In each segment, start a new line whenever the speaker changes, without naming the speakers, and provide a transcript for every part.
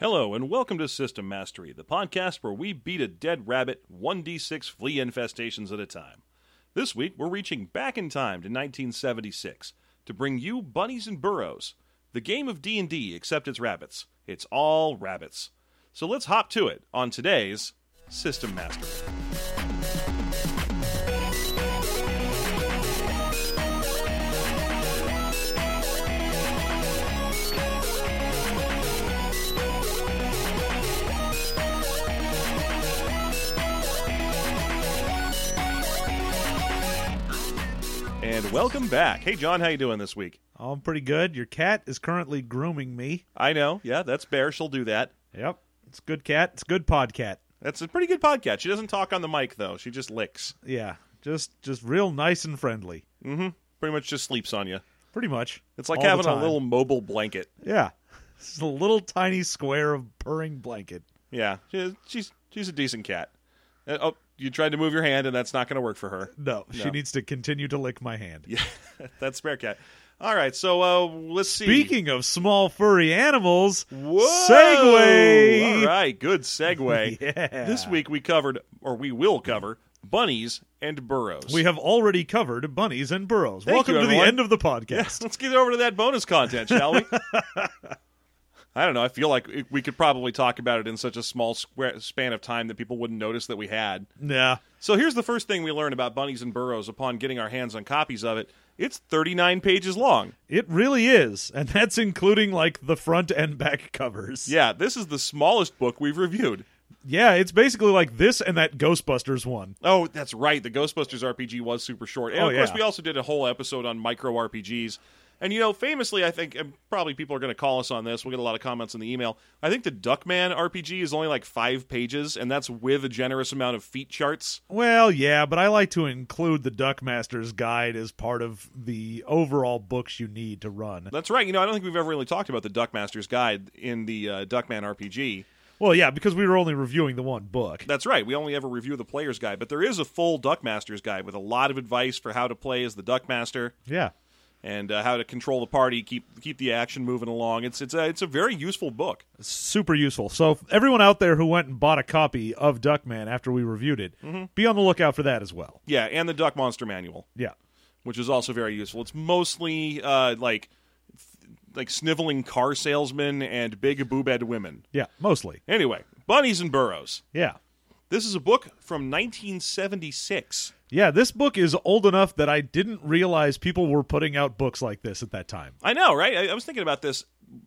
Hello, and welcome to System Mastery, the podcast where we beat a dead rabbit 1d6 flea infestations at a time. This week, we're reaching back in time to 1976 to bring you Bunnies and Burrows, the game of D&D except it's rabbits. It's all rabbits. So let's hop to it on today's System Mastery. And welcome back. Hey John, how you doing this week?
I'm pretty good. Your cat is currently grooming me.
I know. Yeah, that's Bear. She'll do that.
Yep. It's a good cat. It's a good pod cat.
That's a pretty good podcast. She doesn't talk on the mic though. She just licks.
Yeah. Just just real nice and friendly.
Pretty much just sleeps on you.
Pretty much.
It's like
All the
having a
time.
little mobile blanket.
Yeah. It's a little tiny square of purring blanket.
Yeah, she- she's she's a decent cat. Uh, oh, you tried to move your hand, and that's not going to work for her.
No, she
No.
needs to continue to lick my hand.
Yeah, that's spare cat. All right, so uh, let's see.
Speaking of small furry animals,
Whoa!
segue.
All right, good segue.
Yeah.
This week we covered, or we will cover, bunnies and burrows.
We have already covered bunnies and burrows.
Thank
Welcome
you,
to the
everyone.
end of the podcast.
let's get over to that bonus content, shall we? I don't know. I feel like it- we could probably talk about it in such a small square span of time that people wouldn't notice that we had.
Yeah.
So here's the first thing we learn about bunnies and burrows upon getting our hands on copies of it. It's 39 pages long.
It really is, and that's including like the front and back covers.
Yeah, this is the smallest book we've reviewed.
Yeah, it's basically like this and that Ghostbusters one.
Oh, that's right. The Ghostbusters RPG was super short. And
Oh,
of course,
yeah.
we also did a whole episode on micro RPGs. And, you know, famously, I think, and probably people are going to call us on this. We'll get a lot of comments in the email. I think the Duckman RPG is only like five pages, and that's with a generous amount of feat charts.
Well, yeah, but I like to include the Duckmaster's guide as part of the overall books you need to run.
That's right. You know, I don't think we've ever really talked about the Duckmaster's Guide in the uh, Duckman RPG.
Well, yeah, because we were only reviewing the one book.
That's right. We only ever review the player's guide, but there is a full Duckmaster's guide with a lot of advice for how to play as the Duckmaster
Yeah.
and uh, how to control the party, keep keep the action moving along. It's it's a, it's a very useful book.
Super useful. So, everyone out there who went and bought a copy of Duckman after we reviewed it, be on the lookout for that as well.
Yeah, and the Duck Monster Manual,
Yeah.
which is also very useful. It's mostly uh, like like sniveling car salesmen and big boobed women.
Yeah, mostly.
Anyway, bunnies and burrows.
Yeah.
This is a book from 1976.
Yeah, this book is old enough that I didn't realize people were putting out books like this at that time.
I know, right? I, I was thinking about this.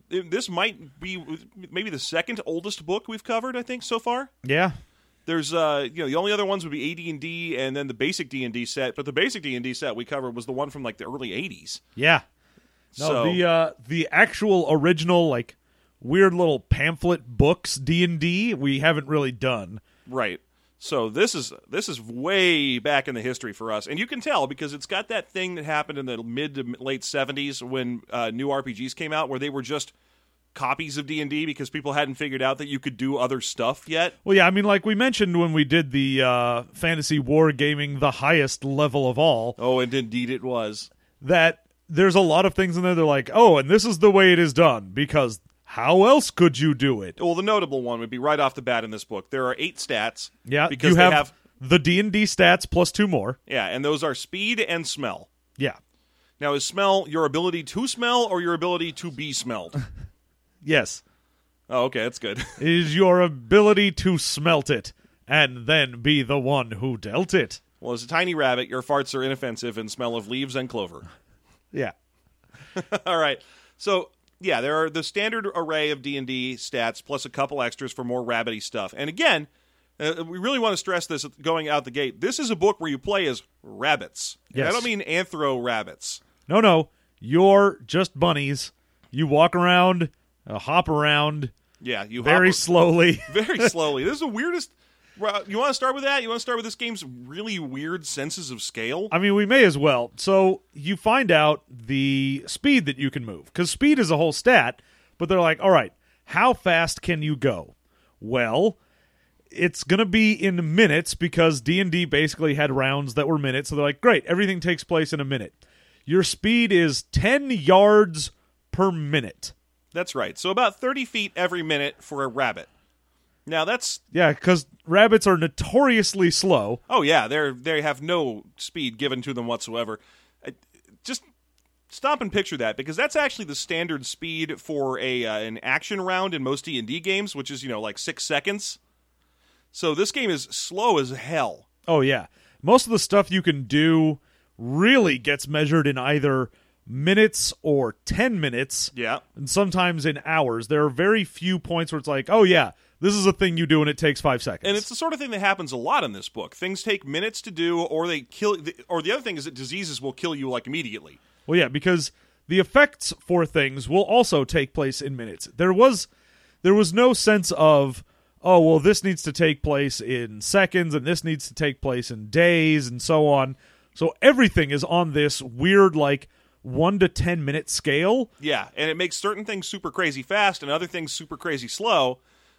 This might be maybe the second oldest book we've covered. I think so far.
Yeah.
There's, uh, you know, the only other ones would be AD and D, and then the basic D and D set. But the basic D and D set we covered was the one from like the early '80s.
Yeah. No,
so
the uh, the actual original like weird little pamphlet books D and D we haven't really done.
right, so this is this is way back in the history for us, and you can tell because it's got that thing that happened in the mid to late '70s when uh, new RPGs came out, where they were just copies of D and D because people hadn't figured out that you could do other stuff yet.
Well, yeah, I mean, like we mentioned when we did the uh, fantasy wargaming, the highest level of all,
Oh, and indeed it was.
that there's a lot of things in there. They're like, oh, and this is the way it is done because how else could you do it?
Well, the notable one would be right off the bat in this book. There are eight stats.
Yeah,
because
you
they
have,
have
the D and D stats plus two more.
yeah, and those are speed and smell.
Yeah,
Now, is smell your ability to smell or your ability to be smelled?
yes,
oh, okay, that's good.
is your ability to smelt it and then be the one who dealt it.
well, as a tiny rabbit, your farts are inoffensive and smell of leaves and clover.
Yeah.
All right. So, yeah, there are the standard array of D&D stats plus a couple extras for more rabbity stuff. And again, uh, we really want to stress this going out the gate. This is a book where you play as rabbits. And I
Yes.
don't mean anthro rabbits.
No, no. You're just bunnies. You walk around, uh, hop around
Yeah, you
very
hop-
slowly.
very slowly. This is the weirdest. Well, You want to start with that? You want to start with this game's really weird senses of scale?
I mean, we may as well. So you find out the speed that you can move because speed is a whole stat, but they're like, all right, how fast can you go? Well, it's going to be in minutes because D&D basically had rounds that were minutes. So they're like, great, everything takes place in a minute. Your speed is 10 yards per minute.
That's right. So about 30 feet every minute for a rabbit. Now that's
Yeah, because rabbits are notoriously slow.
oh yeah, they're they have no speed given to them whatsoever. I- Just stop and picture that because that's actually the standard speed for a uh, an action round in most D and D games, which is you know like six seconds. So this game is slow as hell.
Oh yeah. Most of the stuff you can do really gets measured in either minutes or 10 minutes.
Yeah.
And sometimes in hours. There are very few points where it's like, "Oh yeah, this is a thing you do and it takes 5 seconds."
And it's the sort of thing that happens a lot in this book. Things take minutes to do, or they kill. Or the other thing is that diseases will kill you like immediately.
Well, yeah, because the effects for things will also take place in minutes. There was there was no sense of oh well this needs to take place in seconds and this needs to take place in days and so on. So everything is on this weird like 1 to 10 minute scale.
Yeah, and it makes certain things super crazy fast and other things super crazy slow.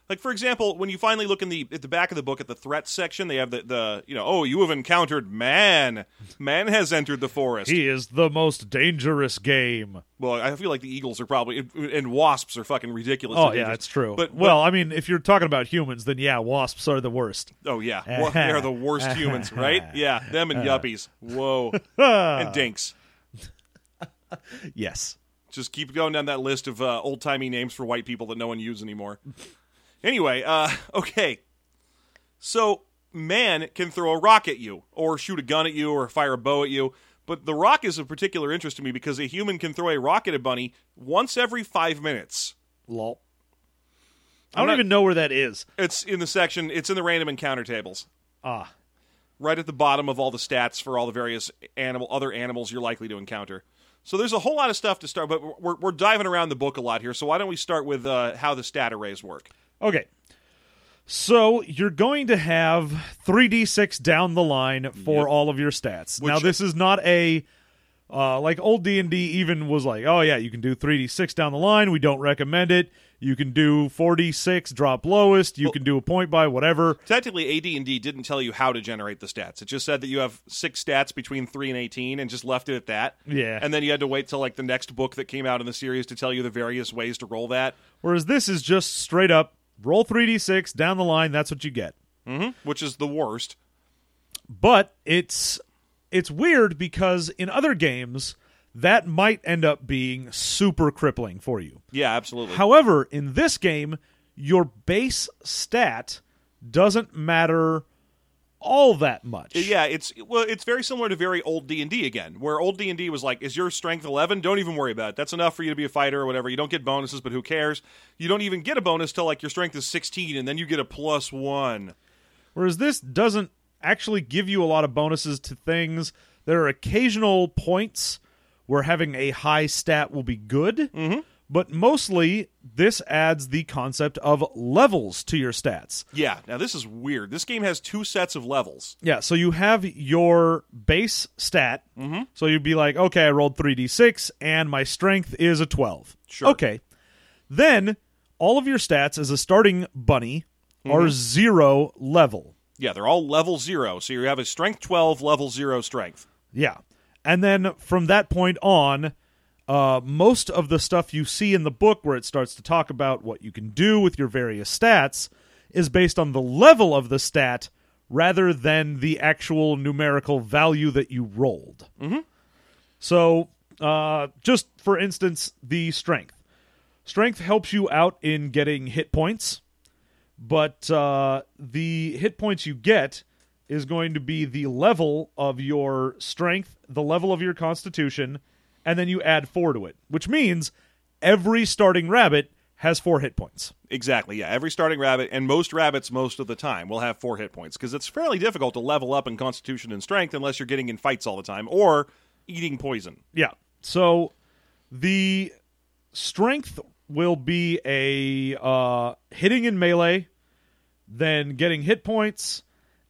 Like for example, when you finally look in the at the back of the book at the threats section, they have the, the you know, oh, you have encountered man. Man has entered the forest.
He is the most dangerous game.
well, I feel like the eagles are probably and wasps are fucking ridiculous.
Oh
and
yeah,
dangerous.
it's true.
But well,
well, I mean, if you're talking about humans, then yeah, wasps are the worst.
oh yeah, Well, they are the worst humans, right? Yeah, them and
Uh.
yuppies. Whoa, and dinks.
Yes.
Just keep going down that list of uh, old timey names for white people that no one uses anymore. Anyway, uh, okay. So, man can throw a rock at you, or shoot a gun at you, or fire a bow at you. But the rock is of particular interest to me because a human can throw a rock at a bunny once every five minutes.
Lol. I don't
not-
even know where that is.
It's in the section, it's in the random encounter tables,
Ah,
right at the bottom of all the stats for all the various animal, other animals you're likely to encounter. So there's a whole lot of stuff to start, but we're, we're diving around the book a lot here. So why don't we start with uh, how the stat arrays work?
Okay. So you're going to have 3d6 down the line for all of your stats. now this is not a uh, like old D&D even was like, "Oh yeah, you can do 3d6 down the line. We don't recommend it. You can do 4d6 drop lowest. You can do a point by whatever."
Technically, AD&D didn't tell you how to generate the stats. It just said that you have six stats between 3 and 18 and just left it at that.
Yeah.
And then you had to wait till like the next book that came out in the series to tell you the various ways to roll that,
Whereas this is just straight up roll 3d6 down the line, that's what you get.
which is the worst.
but it's it's weird because in other games that might end up being super crippling for you.
Yeah, absolutely.
However, in this game, your base stat doesn't matter all that much.
yeah, it's well, it's very similar to very old D and D again, where old D and D was like, "Is your strength eleven? Don't even worry about it. That's enough for you to be a fighter or whatever. You don't get bonuses, but who cares? You don't even get a bonus till like your strength is sixteen, and then you get a plus one.
Whereas this doesn't actually give you a lot of bonuses to things. There are occasional points where having a high stat will be good, but mostly this adds the concept of levels to your stats.
Yeah. Now this is weird. This game has two sets of levels.
Yeah, so you have your base stat. So you'd be like, okay, I rolled 3d6 and my strength is a 12.
Sure.
Okay. Then all of your stats as a starting bunny are zero level.
Yeah, they're all level zero. So you have a strength 12, level zero strength.
Yeah. And then from that point on, uh, most of the stuff you see in the book where it starts to talk about what you can do with your various stats is based on the level of the stat rather than the actual numerical value that you rolled. Mm-hmm. So, uh, just for instance, the strength. Strength helps you out in getting hit points, but uh, the hit points you get is going to be the level of your strength, the level of your constitution, and then you add four to it, which means every starting rabbit has four hit points.
Exactly. Yeah, every starting rabbit and most rabbits most of the time will have four hit points because it's fairly difficult to level up in constitution and strength unless you're getting in fights all the time or eating poison.
Yeah. So the strength will be a uh, hitting in melee, then getting hit points,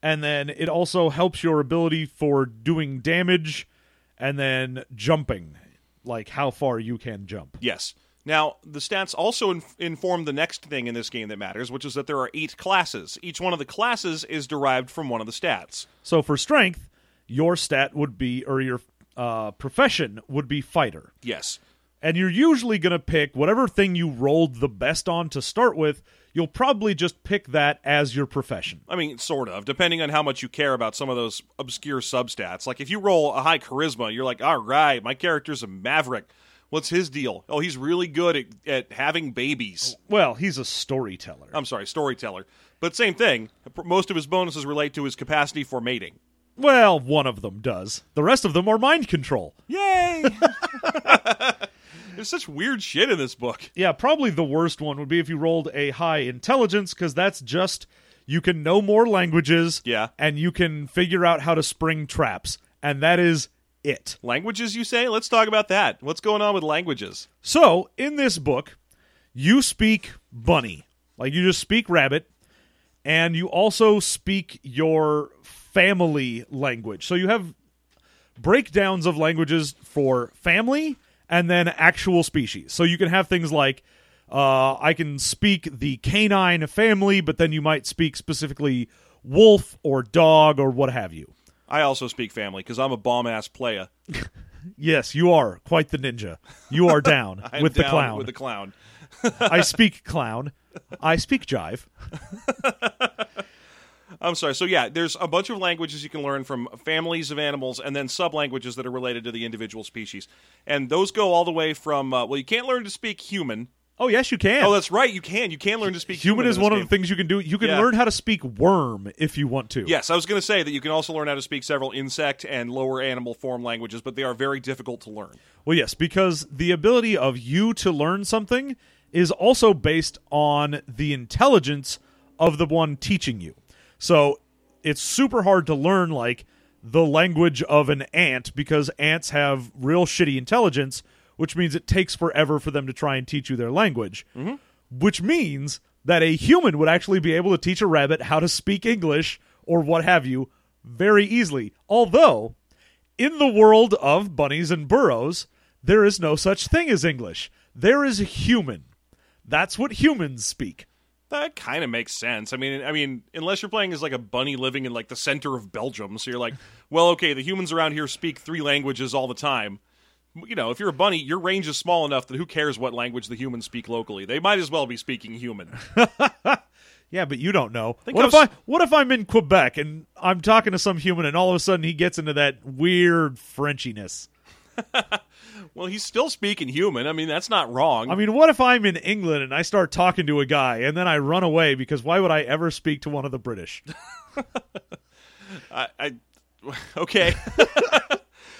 and then it also helps your ability for doing damage and then jumping, like how far you can jump.
Yes. Now, the stats also in- inform the next thing in this game that matters, which is that there are eight classes. Each one of the classes is derived from one of the stats.
So for strength, your stat would be, or your uh, profession would be fighter.
Yes.
And you're usually going to pick whatever thing you rolled the best on to start with. You'll probably just pick that as your profession.
I mean, sort of, depending on how much you care about some of those obscure substats. Like if you roll a high charisma, you're like, all right, my character's a maverick. What's his deal? Oh, he's really good at, at having babies.
Well, he's a storyteller.
I'm sorry, storyteller. But same thing. Most of his bonuses relate to his capacity for mating.
Well, one of them does. The rest of them are mind control.
Yay! There's such weird shit in this book.
Yeah, probably the worst one would be if you rolled a high intelligence, because that's just you can know more languages.
Yeah.
And you can figure out how to spring traps. And that is it.
Languages, you say? Let's talk about that. What's going on with languages?
So, in this book, you speak bunny. Like, you just speak rabbit, and you also speak your family language. So, you have breakdowns of languages for family and then actual species. So, you can have things like uh, I can speak the canine family, but then you might speak specifically wolf or dog or what have you.
I also speak family because I'm a bomb ass playa.
Yes, you are quite the ninja. You are down
I'm
with the
down
clown.
With the clown.
I speak clown. I speak jive.
I'm sorry. So yeah, there's a bunch of languages you can learn from families of animals, and then sub languages that are related to the individual species, and those go all the way from uh, well, you can't learn to speak human.
Oh yes, you can.
Oh, that's right. You can. You can learn to speak
human
in
is
this
one of
game.
the things you can do. You can
Yeah.
learn how to speak worm if you want to.
Yes, I was going to say that you can also learn how to speak several insect and lower animal form languages, but they are very difficult to learn.
Well, yes, because the ability of you to learn something is also based on the intelligence of the one teaching you. So it's super hard to learn like the language of an ant because ants have real shitty intelligence, which means it takes forever for them to try and teach you their language. Which means that a human would actually be able to teach a rabbit how to speak English or what have you very easily. Although in the world of bunnies and burrows, there is no such thing as English. There is human. That's what humans speak.
That kind of makes sense. I mean, I mean, unless you're playing as like a bunny living in like the center of Belgium, so you're like, well, okay, the humans around here speak three languages all the time. You know, if you're a bunny, your range is small enough that who cares what language the humans speak locally? They might as well be speaking human.
Yeah, but you don't know. What
I
if
was-
I what if I'm in Quebec and I'm talking to some human and all of a sudden he gets into that weird Frenchiness?
well, he's still speaking human. I mean, that's not wrong.
I mean, what if I'm in England and I start talking to a guy and then I run away because why would I ever speak to one of the British?
I, I okay.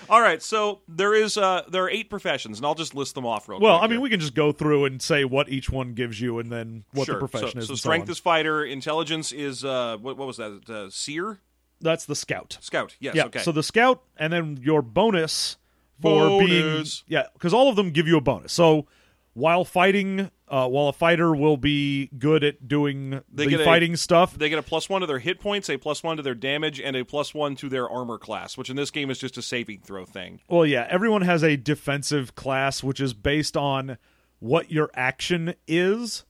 All right, so there is uh there are eight professions, and I'll just list them off real
Well,
quick.
I mean,
here.
we can just go through and say what each one gives you and then what
sure.
the
so,
profession is.
So
and
strength
so on.
is fighter, intelligence is uh what, what was that? Uh, seer,
that's the scout.
scout. Yes.
Yeah.
okay.
So the scout, and then your bonus for being
Bonus.
yeah, because all of them give you a bonus. So while fighting, uh, while a fighter will be good at doing
get
the
a-
fighting stuff,
they get a plus one to their hit points, a plus one to their damage, and a plus one to their armor class, which in this game is just a saving throw thing.
well, yeah, everyone has a defensive class, which is based on what your action is.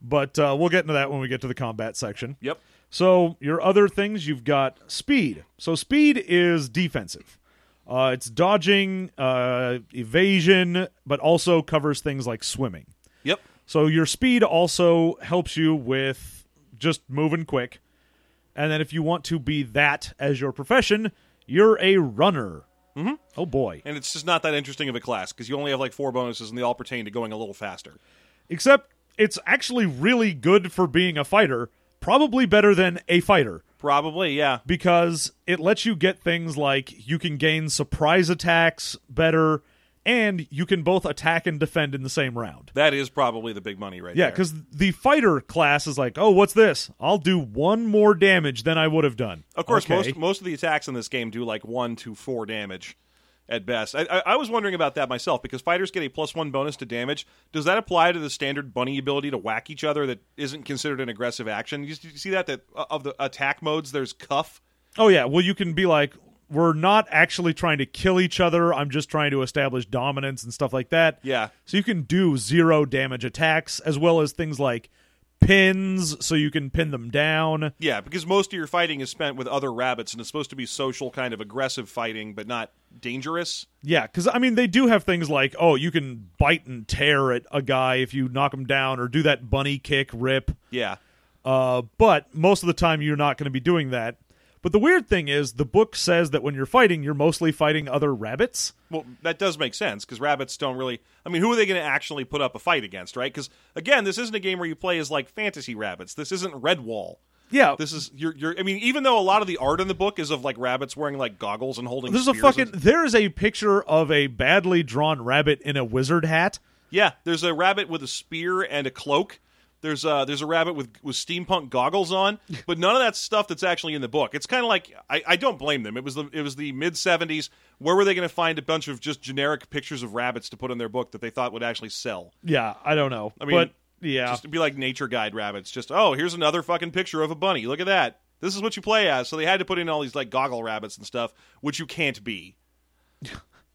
But uh, we'll get into that when we get to the combat section.
Yep.
So your other things you've got speed. So speed is defensive. Uh, it's dodging, uh, evasion, but also covers things like swimming.
Yep.
So your speed also helps you with just moving quick. And then if you want to be that as your profession, you're a runner. Mm-hmm. Oh boy.
And it's just not that interesting of a class because you only have like four bonuses, and they all pertain to going a little faster.
Except it's actually really good for being a fighter, probably better than a fighter.
Probably, yeah.
because it lets you get things like you can gain surprise attacks better and you can both attack and defend in the same round.
That is probably the big money right
Yeah,
there.
because the fighter class is like, oh, what's this? I'll do one more damage than I would have done.
Of course,
Okay.
most most of the attacks in this game do like one to four damage at best. I, I, I was wondering about that myself because fighters get a plus one bonus to damage. Does that apply to the standard bunny ability to whack each other that isn't considered an aggressive action? You, you see that that uh, of the attack modes, there's cuff.
Oh, yeah. Well, you can be like, we're not actually trying to kill each other. I'm just trying to establish dominance and stuff like that.
Yeah.
So you can do zero damage attacks as well as things like pins, so you can pin them down.
Yeah, because most of your fighting is spent with other rabbits, and it's supposed to be social, kind of aggressive fighting, but not dangerous.
Yeah, because I mean, they do have things like, oh, you can bite and tear at a guy if you knock him down, or do that bunny kick rip.
Yeah.
Uh, but most of the time, you're not going to be doing that. But the weird thing is, the book says that when you're fighting, you're mostly fighting other rabbits.
Well, that does make sense because rabbits don't really. I mean, who are they going to actually put up a fight against, right? Because again, this isn't a game where you play as like fantasy rabbits. This isn't Redwall.
Yeah,
This is you're you're. I mean, even though a lot of the art in the book is of like rabbits wearing like goggles and holding.
there's a
spears and-
fucking there is a picture of a badly drawn rabbit in a wizard hat.
yeah. There's a rabbit with a spear and a cloak. There's a there's a rabbit with with steampunk goggles on, but none of that stuff that's actually in the book. It's kind of like I, I don't blame them. It was the it was the mid '70s. Where were they going to find a bunch of just generic pictures of rabbits to put in their book that they thought would actually sell?
Yeah, I don't know. I
mean,
but yeah,
Just to be like nature guide rabbits. Just oh, here's another fucking picture of a bunny. Look at that. This is what you play as. So they had to put in all these like goggle rabbits and stuff, which you can't be.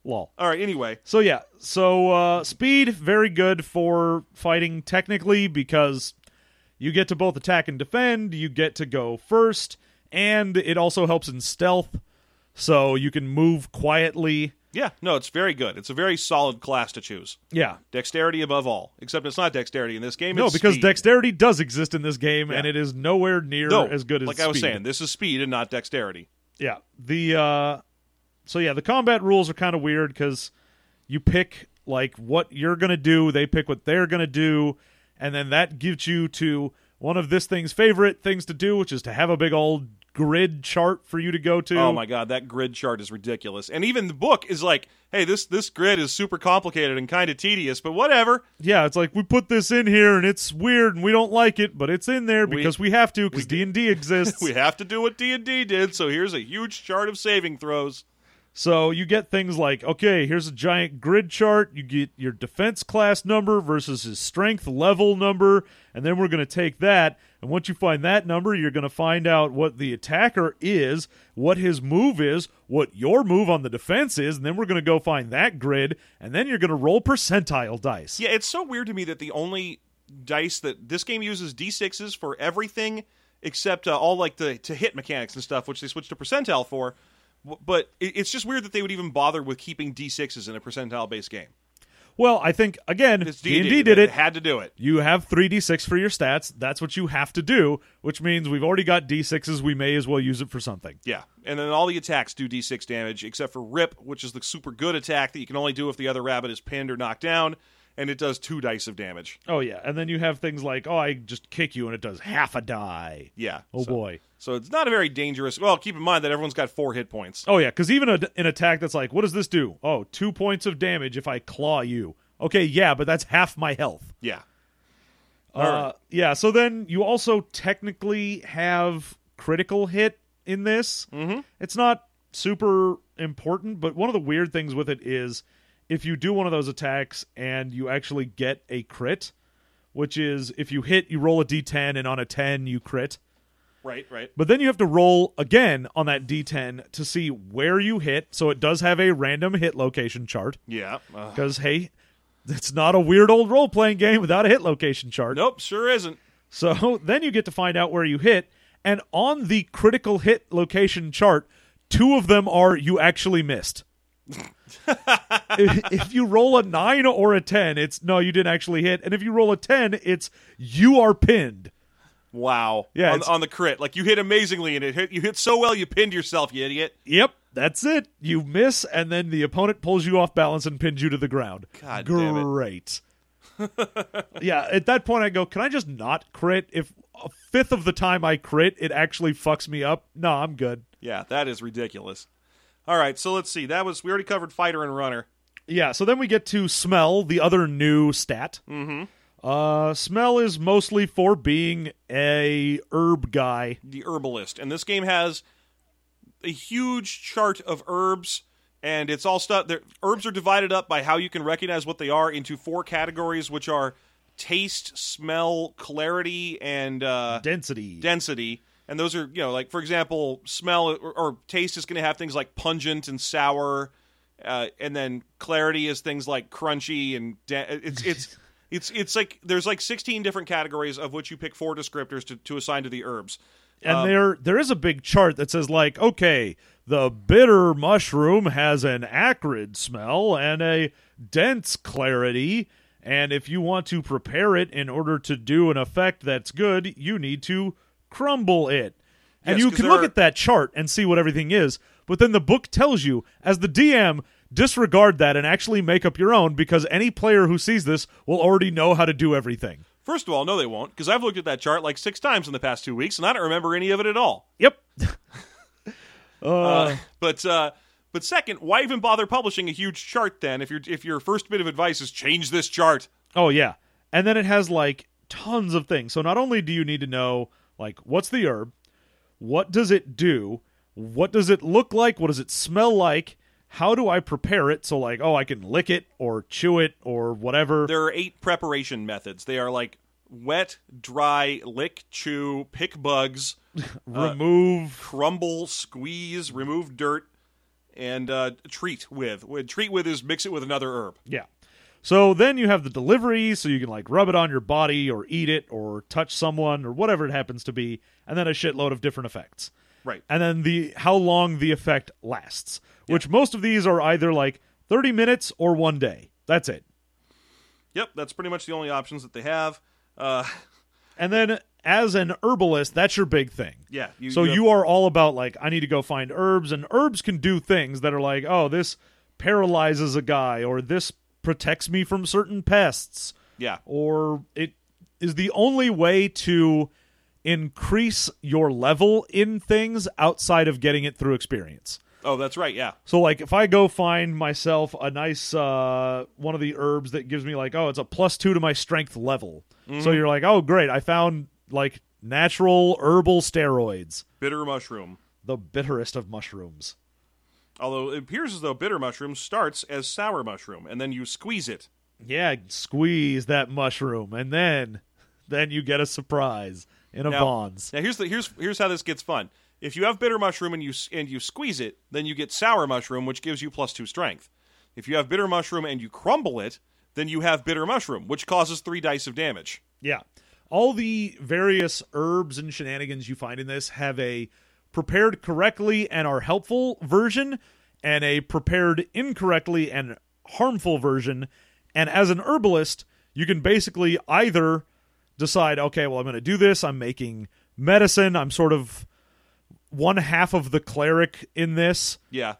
lol.
All right. Anyway,
So yeah, so uh, speed very good for fighting technically because you get to both attack and defend. You get to go first, and it also helps in stealth, so you can move quietly.
yeah. No, it's very good. It's a very solid class to choose.
Yeah,
Dexterity above all, except it's not dexterity in this game.
no,
it's
because
speed.
dexterity does exist in this game, and
Yeah.
it is nowhere near
no,
as good as
like I was
speed.
saying, this is speed and not dexterity.
yeah the uh so yeah the combat rules are kind of weird because you pick like what you're gonna do they pick what they're gonna do and then that gives you to one of this thing's favorite things to do which is to have a big old grid chart for you to go to
Oh my god, that grid chart is ridiculous. And even the book is like, hey, this this grid is super complicated and kind of tedious, but whatever.
yeah it's like we put this in here and it's weird and we don't like it but it's in there because we, have to because d&d exists
We have to do what D and D did. So here's a huge chart of saving throws.
So you get things like, okay, here's a giant grid chart. You get your defense class number versus his strength level number, and then we're going to take that. And once you find that number, you're going to find out what the attacker is, what his move is, what your move on the defense is, and then we're going to go find that grid, and then you're going to roll percentile dice.
Yeah, it's so weird to me that the only dice that this game uses d6s for everything except uh, all like the to hit mechanics and stuff, which they switched to percentile for. W- But it- it's just weird that they would even bother with keeping d6s in a percentile based game.
Well, I think again,
It's
D&D,
They-
did
they
it.
Had to do it.
You have 3d6 for your stats. That's what you have to do, which means we've already got d6s. We may as well use it for something.
Yeah, and then all the attacks do d6 damage except for Rip, which is the super good attack that you can only do if the other rabbit is pinned or knocked down, and it does two dice of damage.
Oh yeah, and then you have things like, oh, I just kick you and it does half a die.
Yeah.
Oh
so,
boy.
So it's not a very dangerous. Well, keep in mind that everyone's got four hit points.
Oh yeah, because even a, an attack that's like, what does this do? Oh, two points of damage if I claw you. Okay, yeah, but that's half my health.
Yeah.
Uh, Yeah, so then you also technically have critical hit in this. Mm-hmm. It's not super important, but one of the weird things with it is if you do one of those attacks and you actually get a crit, which is if you hit, you roll a d10, and on a 10, you crit.
Right, right.
But then you have to roll again on that d10 to see where you hit. So it does have a random hit location chart.
Yeah. Uh,
Because, hey, it's not a weird old role playing game without a hit location chart.
nope, sure isn't.
So then you get to find out where you hit. And on the critical hit location chart, two of them are you actually missed. if, if you roll a 9 or a 10, it's no, you didn't actually hit. And if you roll a 10, it's you are pinned.
Wow.
Yeah,
On,
it's-
on the crit, like you hit amazingly, and it hit you hit so well you pinned yourself, you idiot.
Yep, that's it. You miss, and then the opponent pulls you off balance and pins you to the ground.
God damn it.
Great. yeah, at that point I go, can I just not crit? If a fifth of the time I crit, it actually fucks me up. No, I'm good.
Yeah, that is ridiculous. All right, so let's see. That was we already covered fighter and runner.
Yeah, so then we get to smell, the other new stat. Mm-hmm. Uh, smell is mostly for being a herb guy.
the herbalist and this game has a huge chart of herbs and it's all stuff there herbs are divided up by how you can recognize what they are into four categories which are taste smell clarity and uh,
Density.
density and those are you know like for example smell or, or taste is going to have things like pungent and sour uh, and then clarity is things like crunchy and de- it's it's It's it's like there's like 16 different categories of which you pick four descriptors to, to assign to the herbs.
And
Um,
there there is a big chart that says like, okay, the bitter mushroom has an acrid smell and a dense clarity, and if you want to prepare it in order to do an effect that's good, you need to crumble it. And
Yes,
you
'cause
can
there
look
are-
at that chart and see what everything is, but then the book tells you as the DM disregard that and actually make up your own because any player who sees this will already know how to do everything.
First of all, no, they won't, because I've looked at that chart like six times in the past two weeks, and I don't remember any of it at all.
Yep.
Uh, but uh, but second, why even bother publishing a huge chart then? If your if your first bit of advice is change this chart,
Oh yeah. And then it has like tons of things. So not only do you need to know like what's the herb, what does it do, what does it look like, what does it smell like, how do I prepare it? So like, oh, I can lick it or chew it or whatever.
there are eight preparation methods. They are like wet, dry, lick, chew, pick bugs,
remove
crumble, squeeze, remove dirt, and uh, treat with. What Treat with is mix it with another herb.
Yeah. So then you have the delivery, so you can like rub it on your body or eat it or touch someone or whatever it happens to be, and then a shitload of different effects.
Right.
and then the how long the effect lasts which most of these are either like 30 minutes or one day that's it
Yep, that's pretty much the only options that they have. Uh,
and then as an herbalist that's your big thing
yeah.
so you are all about like i need to go find herbs and herbs can do things that are like oh this paralyzes a guy or this protects me from certain pests
Yeah.
or it is the only way to increase your level in things outside of getting it through experience
Oh, that's right. Yeah.
So like if I go find myself a nice uh one of the herbs that gives me like oh it's a plus 2 to my strength level. So you're like oh great I found like natural herbal steroids,
Bitter mushroom.
the bitterest of mushrooms.
Although it appears as though bitter mushroom starts as sour mushroom, and then you squeeze it.
Yeah, squeeze that mushroom and then then you get a surprise in a
Now-
Vons.
Now here's the here's here's how this gets fun. If you have bitter mushroom and you s- and you squeeze it, then you get sour mushroom, which gives you plus two strength. If you have bitter mushroom and you crumble it, then you have bitter mushroom, which causes three dice of damage.
Yeah. All the various herbs and shenanigans you find in this have a prepared correctly and are helpful version and a prepared incorrectly and harmful version. And as an herbalist, you can basically either decide, okay, well, I'm going to do this. I'm making medicine. I'm sort of one half of the cleric in this.
Yeah,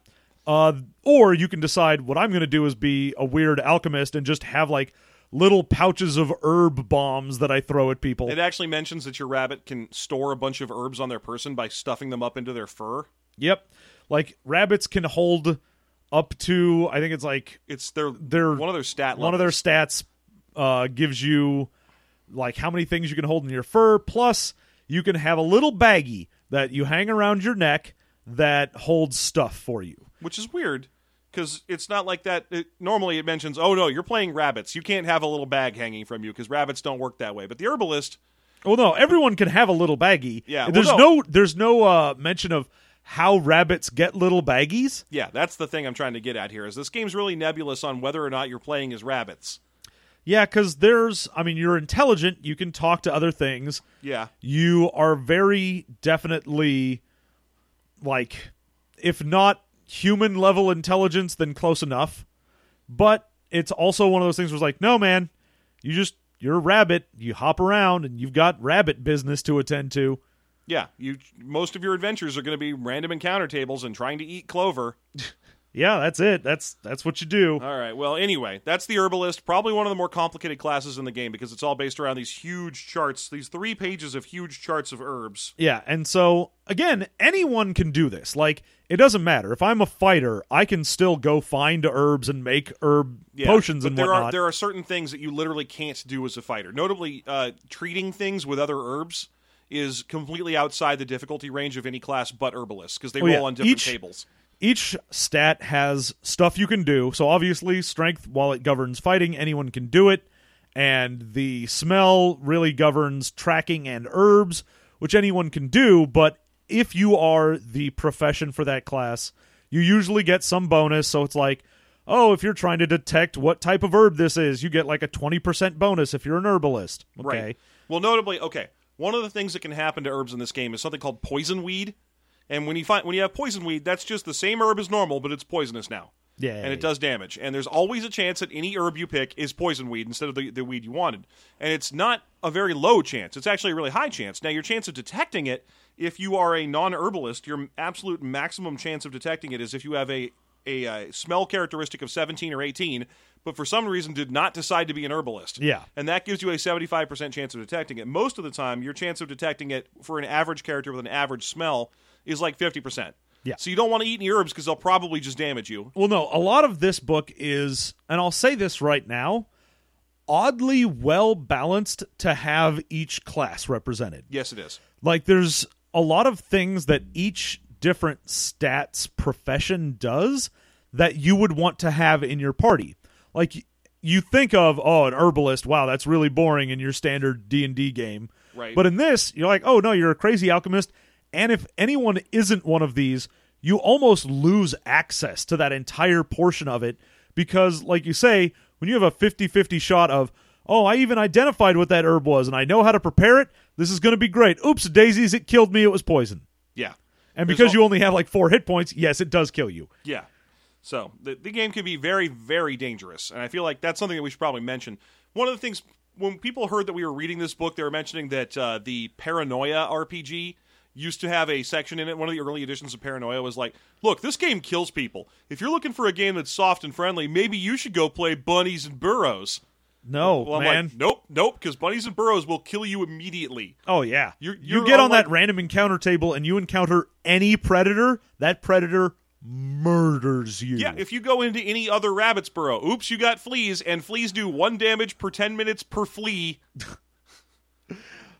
Uh, or you can decide what I'm going to do is be a weird alchemist and just have like little pouches of herb bombs that I throw at people.
it actually mentions that your rabbit can store a bunch of herbs on their person by stuffing them up into their fur.
yep. Like rabbits can hold up to, I think it's like
It's their
They're-
one of their stat
one of their
levels.
stats uh, gives you like how many things you can hold in your fur. Plus, you can have a little baggie that you hang around your neck that holds stuff for you.
which is weird because it's not like that. It, normally, it mentions, "Oh no, you're playing rabbits. You can't have a little bag hanging from you because rabbits don't work that way." But the herbalist,
Well, no, everyone can have a little baggie.
Yeah, well,
there's
no.
no, there's no uh, mention of how rabbits get little baggies.
yeah, that's the thing I'm trying to get at here. Is this game's really nebulous on whether or not you're playing as rabbits?
Yeah, because there's, I mean, you're intelligent. You can talk to other things.
Yeah,
You are very definitely, like, if not human level intelligence, then close enough. But it's also one of those things where it's like, no, man, you just you're a rabbit. You hop around, and you've got rabbit business to attend to.
yeah. You most of your adventures are going to be random encounter tables and trying to eat clover.
Yeah, that's it. That's that's what you do.
All right. Well, anyway, that's the herbalist. Probably one of the more complicated classes in the game because it's all based around these huge charts, these three pages of huge charts of herbs.
Yeah, and so again, anyone can do this. Like it doesn't matter if I'm a fighter, I can still go find herbs and make herb
Yeah,
potions
but
and
there
whatnot.
Are, there are certain things that you literally can't do as a fighter. Notably, uh, treating things with other herbs is completely outside the difficulty range of any class but herbalists because they roll
Oh, yeah.
on different
Each-
tables.
Each stat has stuff you can do. So obviously, strength while it governs fighting, anyone can do it, and the smell really governs tracking and herbs, which anyone can do. But if you are the profession for that class, you usually get some bonus. So it's like, oh, if you're trying to detect what type of herb this is, you get like a 20% bonus if you're an herbalist. Okay.
Right. Well, notably, okay. One of the things that can happen to herbs in this game is something called poison weed. And when you find when you have poison weed, that's just the same herb as normal, but it's poisonous now.
Yeah.
And it does damage. And there's always a chance that any herb you pick is poison weed instead of the, the weed you wanted. And it's not a very low chance. It's actually a really high chance. Now your chance of detecting it, if you are a non herbalist, your absolute maximum chance of detecting it is if you have a a uh, smell characteristic of 17 or 18, but for some reason did not decide to be an herbalist.
Yeah.
And that gives you a 75% chance of detecting it. Most of the time, your chance of detecting it for an average character with an average smell is like 50%.
Yeah.
So you don't want to eat any herbs because they'll probably just damage you.
Well, no, a lot of this book is, and I'll say this right now, oddly well balanced to have each class represented.
Yes, it is.
Like, there's a lot of things that each different stats profession does that you would want to have in your party. Like, y- you think of, oh, an herbalist, wow, that's really boring in your standard D&D game.
Right.
But in this, you're like, oh no, you're a crazy alchemist. And if anyone isn't one of these, you almost lose access to that entire portion of it because, like you say, when you have a 50 50 shot of, oh, I even identified what that herb was and I know how to prepare it, this is going to be great. Oops, daisies, it killed me, it was poison.
Yeah.
And
There's
because
al-
you only have like four hit points, yes, it does kill you.
Yeah. So the, the game can be very, very dangerous. And I feel like that's something that we should probably mention. One of the things, when people heard that we were reading this book, they were mentioning that uh, the Paranoia RPG used to have a section in it. One of the early editions of Paranoia was like, look, this game kills people. If you're looking for a game that's soft and friendly, maybe you should go play Bunnies and Burrows.
No,
Well, I'm
man.
like, nope, nope, because Bunnies and Burrows will kill you immediately.
oh, yeah.
You're-
you
you're
get
on,
on that
like-
random encounter table and you encounter any predator, that predator murders you.
Yeah, if you go into any other rabbit's burrow, oops, you got fleas, and fleas do one damage per 10 minutes per flea.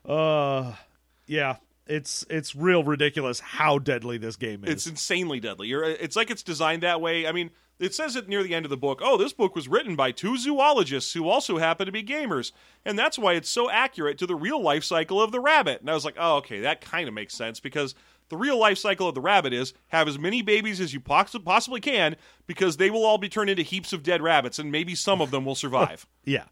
Uh, yeah, it's it's real ridiculous how deadly this game is.
It's insanely deadly. You're, it's like it's designed that way. I mean, it says it near the end of the book. Oh, this book was written by two zoologists who also happen to be gamers, and that's why it's so accurate to the real life cycle of the rabbit. And I was like, oh, okay, that kind of makes sense because the real life cycle of the rabbit is have as many babies as you pox- possibly can because they will all be turned into heaps of dead rabbits, and maybe some of them will survive.
yeah.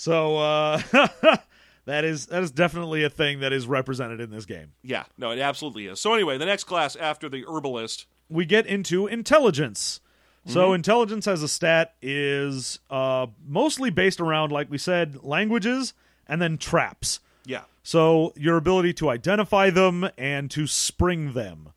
So uh, that is that is definitely a thing that is represented in this game.
yeah, no, it absolutely is. So anyway, the next class after the herbalist.
We get into intelligence. So intelligence as a stat is uh, mostly based around, like we said, languages and then traps.
Yeah.
So your ability to identify them and to spring them.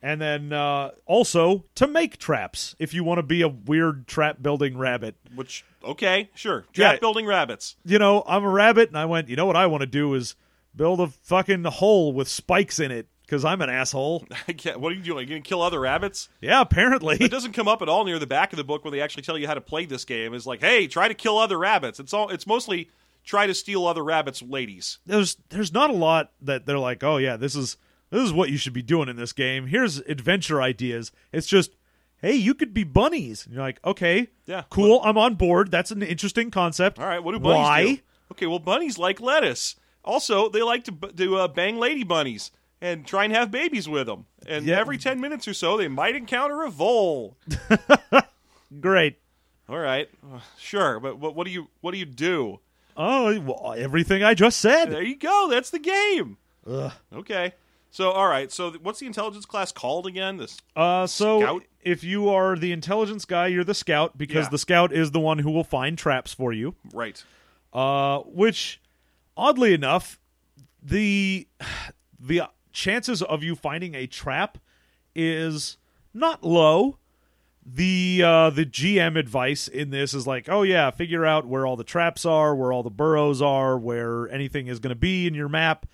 And then uh, also to make traps if you want to be a weird trap building rabbit.
Which okay, sure. Trap
Yeah.
building rabbits.
You know, I'm a rabbit and I went, you know what I want to do is build a fucking hole with spikes in it because I'm an asshole.
I can't, what are you doing? You gonna kill other rabbits?
Yeah, apparently.
It doesn't come up at all near the back of the book where they actually tell you how to play this game. It's like, hey, try to kill other rabbits. It's all. It's mostly try to steal other rabbits' ladies.
there's there's not a lot that they're like, oh yeah, this is this is what you should be doing in this game. Here's adventure ideas. It's just, hey, you could be bunnies. And you're like, okay,
Yeah.
cool, I'm on board. That's an interesting concept.
All right, what do bunnies
Why?
do? Okay, well, bunnies like lettuce. Also, they like to bu- to uh, bang lady bunnies and try and have babies with them. And
Yeah.
every ten minutes or so, they might encounter a vole.
Great.
all right, uh, sure, but what, what do you what do you do?
Oh, well, everything I just said.
There you go. That's the game.
Ugh.
Okay. So, all right. So, th- what's the intelligence class called again? This
Uh, so
Scout?
if you are the intelligence guy, you're the scout because
Yeah.
the scout is the one who will find traps for you.
right.
uh, which oddly enough the the chances of you finding a trap is not low the uh, the gm advice in this is like oh yeah figure out where all the traps are where all the burrows are where anything is going to be in your map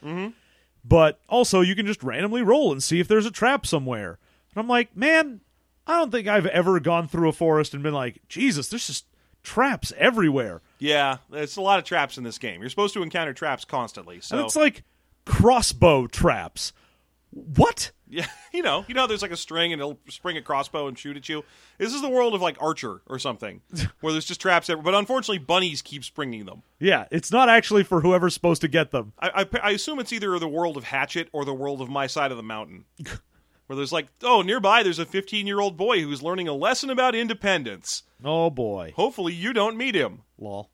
but also you can just randomly roll and see if there's a trap somewhere. And I'm like, man, I don't think I've ever gone through a forest and been like, Jesus, there's just traps everywhere.
Yeah, it's a lot of traps in this game. You're supposed to encounter traps constantly. So
And it's like crossbow traps. What?
yeah, you know, you know, how there's like a string and it'll spring a crossbow and shoot at you. This is the world of like Archer or something, where there's just traps. Everywhere. But unfortunately, bunnies keep springing them.
Yeah, it's not actually for whoever's supposed to get them.
I, I, I assume it's either the world of Hatchet or the world of My Side of the Mountain. where there's like, oh, nearby there's a 15 year old boy who's learning a lesson about independence.
Oh boy.
Hopefully, you don't meet him.
Lol.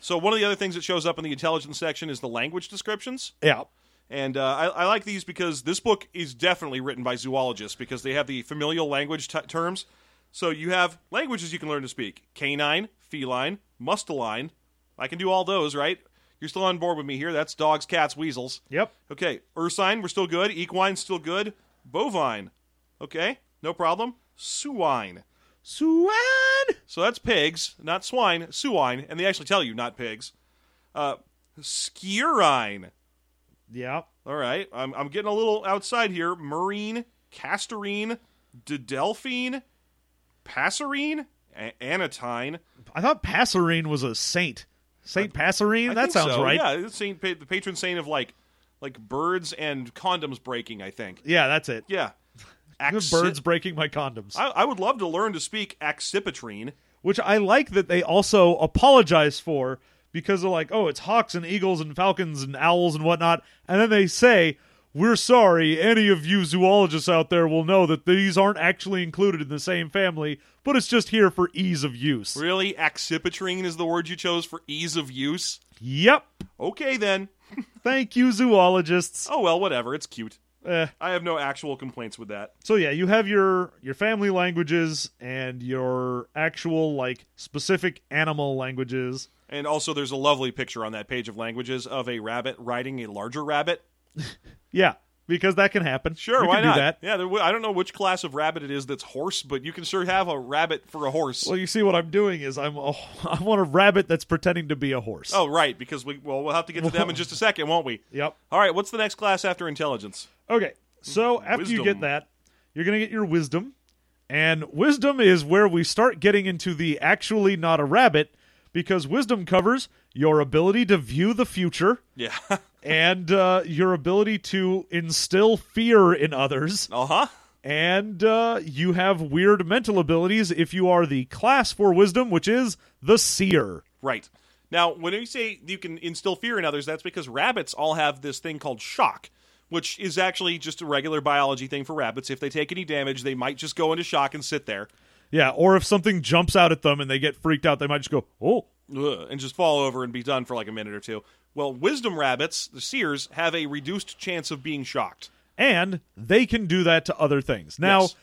So, one of the other things that shows up in the intelligence section is the language descriptions.
Yeah.
And uh, I, I like these because this book is definitely written by zoologists because they have the familial language t- terms. So you have languages you can learn to speak canine, feline, musteline. I can do all those, right? You're still on board with me here. That's dogs, cats, weasels.
Yep.
Okay. Ursine, we're still good. Equine, still good. Bovine. Okay. No problem. Suine.
Swan.
So that's pigs, not swine, suine. And they actually tell you, not pigs. Uh, skirine.
Yeah.
All right, I'm I'm getting a little outside here. Marine, castorine, didelphine, passerine, a- anatine.
I thought Passerine was a saint. Saint Passerine?
I
That
think
sounds
so.
right.
Yeah, it's saint, pa- the patron saint of like like birds and condoms breaking. I think.
Yeah, that's it.
Yeah.
Good
Accip-
birds breaking my condoms.
I, I would love to learn to speak accipitrine.
which I like that they also apologize for because they're like, oh, it's hawks and eagles and falcons and owls and whatnot. And then they say, we're sorry, any of you zoologists out there will know that these aren't actually included in the same family, but it's just here for ease of use.
Really, accipitrine is the word you chose for ease of use.
Yep.
Okay, then.
Thank you, zoologists.
Oh well, whatever. It's cute.
Eh.
I have no actual complaints with that.
So yeah, you have your your family languages and your actual like specific animal languages.
And also, there's a lovely picture on that page of languages of a rabbit riding a larger rabbit.
Yeah, because that can happen.
Sure,
we
why
can
not?
do that.
Yeah, there, w- I don't know which class of rabbit it is that's horse, but you can sure have a rabbit for a horse.
Well, you see what I'm doing is I'm a, I want a rabbit that's pretending to be a horse.
oh, right, because we well we'll have to get to them in just a second, won't we?
Yep.
All right, what's the next class after intelligence?
Okay. So after you
Wisdom.
get that, you're going to get your wisdom. And wisdom is where we start getting into the actually not a rabbit because wisdom covers your ability to view the future
Yeah.
and uh, your ability to instill fear in others.
uh huh.
And uh, you have weird mental abilities if you are the class for wisdom, which is the seer.
Right. Now, when you say you can instill fear in others, that's because rabbits all have this thing called shock, which is actually just a regular biology thing for rabbits. If they take any damage, they might just go into shock and sit there.
Yeah, or if something jumps out at them and they get freaked out, they might just go, "Oh,
Ugh, and just fall over and be done for like a minute or two. Well, wisdom rabbits, the seers, have a reduced chance of being shocked.
and they can do that to other things. Now,
Yes.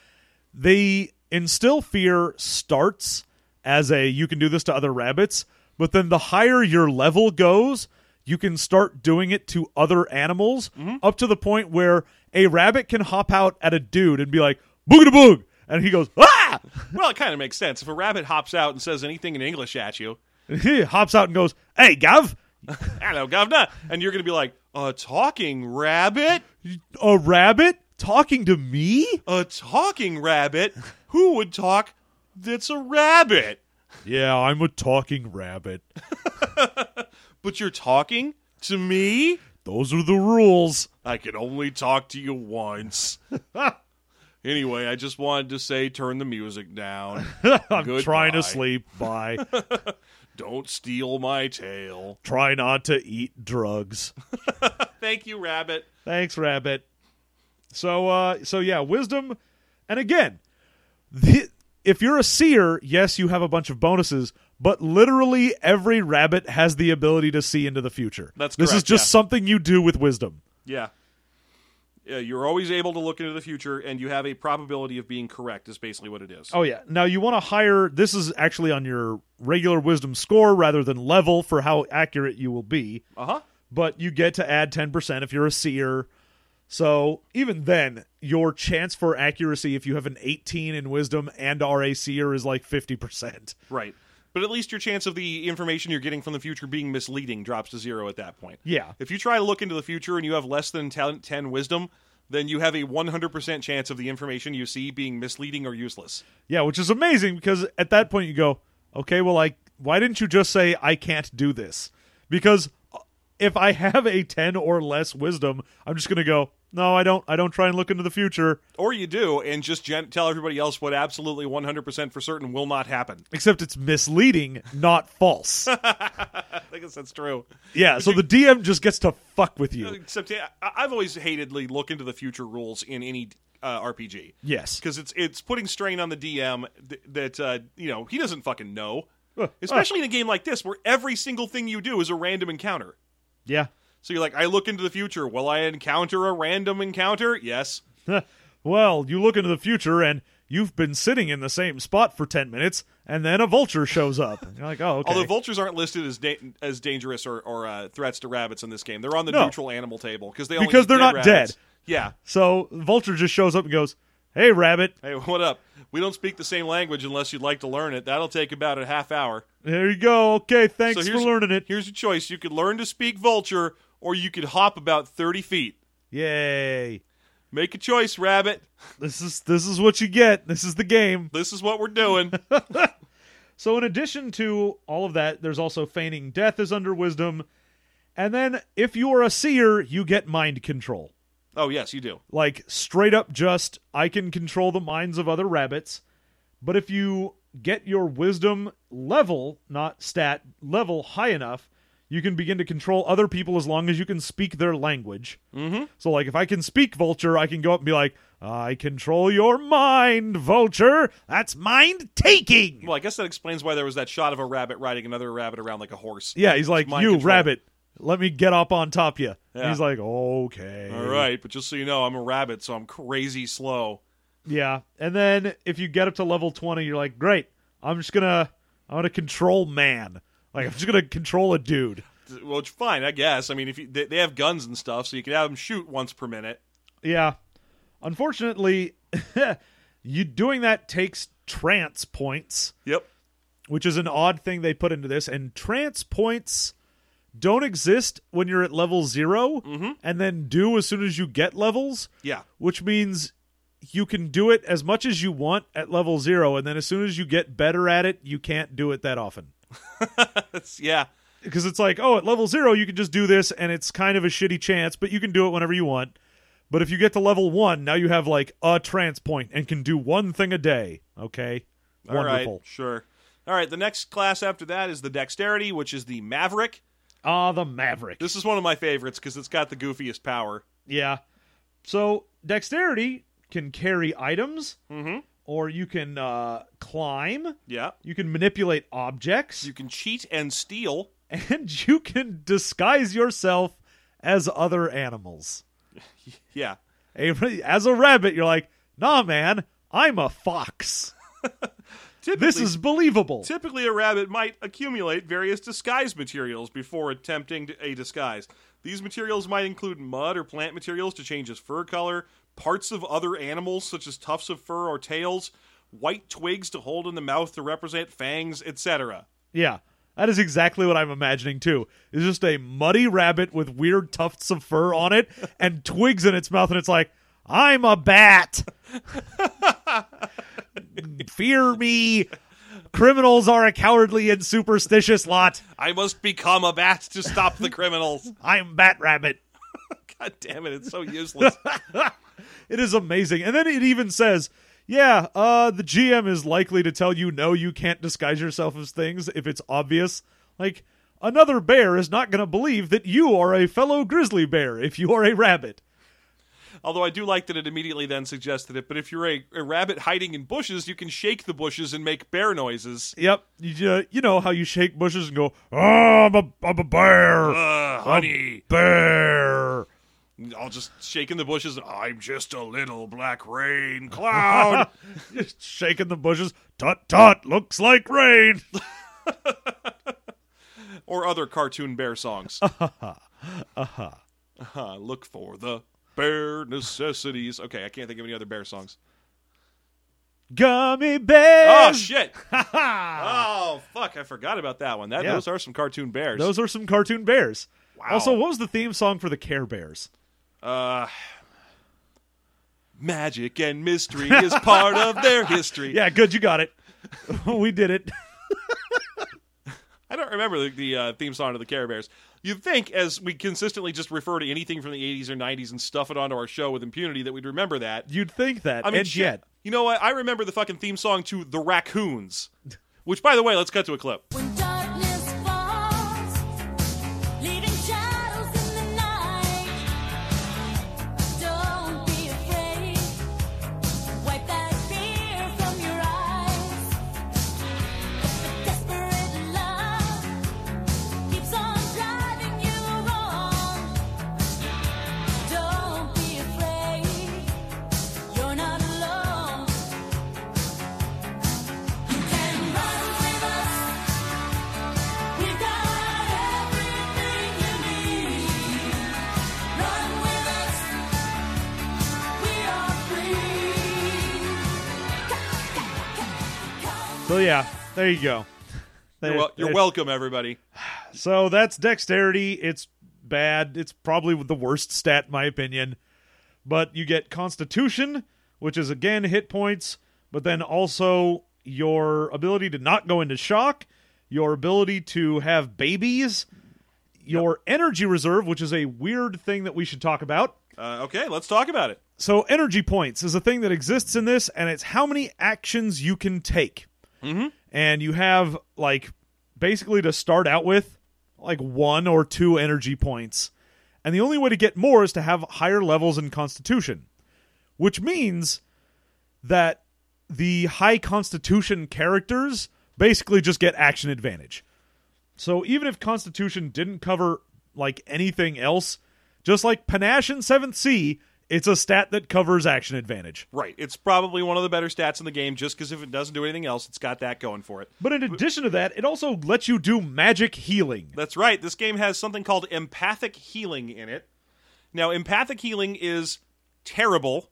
the instill fear starts as a you can do this to other rabbits, but then the higher your level goes, you can start doing it to other animals up to the point where a rabbit can hop out at a dude and be like, boogity boog. And he goes, ah!
Well, it kind of makes sense. If a rabbit hops out and says anything in English at you,
And he hops out and goes, hey, Gav,
hello, governor, and you're going to be like, a talking rabbit?
a rabbit talking to me?
A talking rabbit? Who would talk that's a rabbit?
Yeah, I'm a talking rabbit.
But you're talking to me?
Those are the rules.
I can only talk to you once. anyway, I just wanted to say turn the music down.
I'm
Goodbye.
trying to sleep. Bye.
Don't steal my tail.
Try not to eat drugs.
Thank you, rabbit.
Thanks, Rabbit. So, uh, so yeah, wisdom, and again, the, if you're a seer, yes, you have a bunch of bonuses, but literally every rabbit has the ability to see into the future.
That's
this is
correct,
just
yeah.
something you do with wisdom.
Yeah. Yeah, you're always able to look into the future and you have a probability of being correct is basically what it is.
Oh yeah. Now you want to hire. This is actually on your regular wisdom score rather than level for how accurate you will be.
Uh-huh.
but you get to add 10% if you're a seer. So even then, your chance for accuracy if you have an 18 in wisdom and are a seer is like 50%.
Right. But at least your chance of the information you're getting from the future being misleading drops to zero at that point.
Yeah.
If you try to look into the future and you have less than 10, 10 wisdom, then you have a 100% chance of the information you see being misleading or useless.
Yeah, which is amazing because at that point you go, okay, well, I why didn't you just say I can't do this? Because uh, if I have a 10 or less wisdom, I'm just going to go, no, I don't I don't try and look into the future,
Or you do, and just gen- tell everybody else what absolutely 100% for certain will not happen.
except it's misleading, not false.
I guess that's true.
yeah, so the DM just gets to fuck with you.
Except yeah, I- I've always hatedly look into the future rules in any uh, RPG.
Yes.
because it's it's putting strain on the DM th- that uh, you know he doesn't fucking know. Especially in a game like this where every single thing you do is a random encounter.
Yeah.
So you're like, I look into the future. Will I encounter a random encounter? Yes.
well, you look into the future and you've been sitting in the same spot for 10 minutes and then a vulture shows up. And you're like, "Oh, okay."
Although vultures aren't listed as da- as dangerous or, or uh, threats to rabbits in this game, they're on the
No.
neutral animal table because they only
Because
eat
they're
dead
not
rabbits.
dead.
Yeah.
so vulture just shows up and goes, "Hey, rabbit,
Hey, what up? We don't speak the same language unless you'd like to learn it. That'll take about a half hour.
there you go. Okay, thanks
so
for
here's,
learning it."
Here's your choice: you could learn to speak vulture, or you could hop about thirty feet.
Yay.
Make a choice, rabbit.
This is this is what you get. This is the game.
This is what we're doing.
So in addition to all of that, there's also feigning death is under wisdom. And then if you are a seer, you get mind control.
oh yes, you do.
Like straight up just I can control the minds of other rabbits. But if you get your wisdom level, not stat, level high enough, you can begin to control other people as long as you can speak their language. Mm-hmm. So, like, if I can speak vulture, I can go up and be like, I control your mind, vulture. That's mind taking.
Well, I guess that explains why there was that shot of a rabbit riding another rabbit around like a horse.
Yeah, he's like,
mind
you
control.
rabbit, let me get up on top you.
Yeah.
And he's like, okay,
All right, but just so you know, I'm a rabbit, so I'm crazy slow.
yeah. And then if you get up to level twenty, you're like, great, I'm just gonna, I'm gonna control man. Like I'm just gonna control a dude.
Well, it's fine, I guess. I mean, if you, they, they have guns and stuff, so you can have them shoot once per minute.
Yeah. Unfortunately, you doing that takes trance points,
Yep.
which is an odd thing they put into this. And trance points don't exist when you're at level 0 and then do as soon as you get levels.
Yeah.
which means you can do it as much as you want at level zero, and then as soon as you get better at it, you can't do it that often.
That's yeah.
Because it's like, oh, at level zero, you can just do this, and it's kind of a shitty chance, but you can do it whenever you want. But if you get to level one, now you have like a trance point and can do one thing a day. Okay.
All right,
Wonderful.
sure. All right, the next class after that is the dexterity, which is the maverick.
Ah, the Maverick.
This is one of my favorites because it's got the goofiest power.
Yeah. So dexterity can carry items,
Mhm.
or you can uh, climb,
Yeah.
you can manipulate objects.
You can cheat and steal.
and you can disguise yourself as other animals.
Yeah.
A- As a rabbit, you're like, nah, man, I'm a fox.
Typically,
This is believable.
typically a rabbit might accumulate various disguise materials before attempting to- a disguise. These materials might include mud or plant materials to change his fur color, parts of other animals such as tufts of fur or tails, white twigs to hold in the mouth to represent fangs, etc.
Yeah, that is exactly what I'm imagining too. It's just a muddy rabbit with weird tufts of fur on it and twigs in its mouth, and it's like, I'm a bat. Fear me. Criminals are a cowardly and superstitious lot.
I must become a bat to stop the criminals.
I'm Bat Rabbit.
God damn it, it's so useless.
It is amazing. And then it even says, yeah, uh, the GM is likely to tell you no, you can't disguise yourself as things if it's obvious. Like, another bear is not going to believe that you are a fellow grizzly bear if you are a rabbit.
Although I do like that it immediately then suggested it, but if you're a, a rabbit hiding in bushes, you can shake the bushes and make bear noises.
Yep. You, ju- you know how you shake bushes and go, oh, I'm a, I'm a bear.
Uh, honey,
Bear.
I'll just shake in the bushes. I'm just a little black rain cloud.
Just shaking the bushes. Tut tut, looks like rain.
or other cartoon bear songs. Uh-huh. Uh-huh. Look for the bear necessities. Okay, I can't think of any other bear songs.
Gummy bears.
Oh, shit. oh, fuck. I forgot about that one. That
Yeah.
Those are some cartoon bears.
Those are some cartoon bears.
Wow.
Also, what was the theme song for the Care Bears?
Uh, magic and mystery is part of their history.
Yeah, good, you got it. we did it.
I don't remember the, the uh, theme song of the Care Bears. You'd think, as we consistently just refer to anything from the 80s or 90s and stuff it onto our show with impunity, that we'd remember that.
You'd think that,
I mean,
and
shit.
yet,
You know what? I remember the fucking theme song to The Raccoons, which, by the way, let's cut to a clip.
When darkness falls, leaving shadows in the night. Don't be afraid. Wipe that fear from your eyes. Desperate love keeps on driving you wrong. Don't be afraid. You're not alone. You can run with us. We've got everything you need. Run with us. We are free.
so yeah, there you
You're,
go. There-
wel- you're
there-
welcome, everybody.
So that's dexterity. It's bad. It's probably the worst stat, in my opinion. But you get constitution, which is again hit points, but then also your ability to not go into shock, your ability to have babies, your energy reserve, which is a weird thing that we should talk about.
Uh, okay, let's talk about it.
So energy points is a thing that exists in this, and it's how many actions you can take. Mm-hmm. And you have like basically to start out with like one or two energy points, and the only way to get more is to have higher levels in Constitution, which means that the high Constitution characters basically just get action advantage. So even if Constitution didn't cover like anything else, just like Panache and Seventh Sea, it's a stat that covers action advantage.
Right. It's probably one of the better stats in the game just because if it doesn't do anything else, it's got that going for it.
But in addition to that, it also lets you do magic healing.
That's right. This game has something called empathic healing in it. Now, empathic healing is terrible,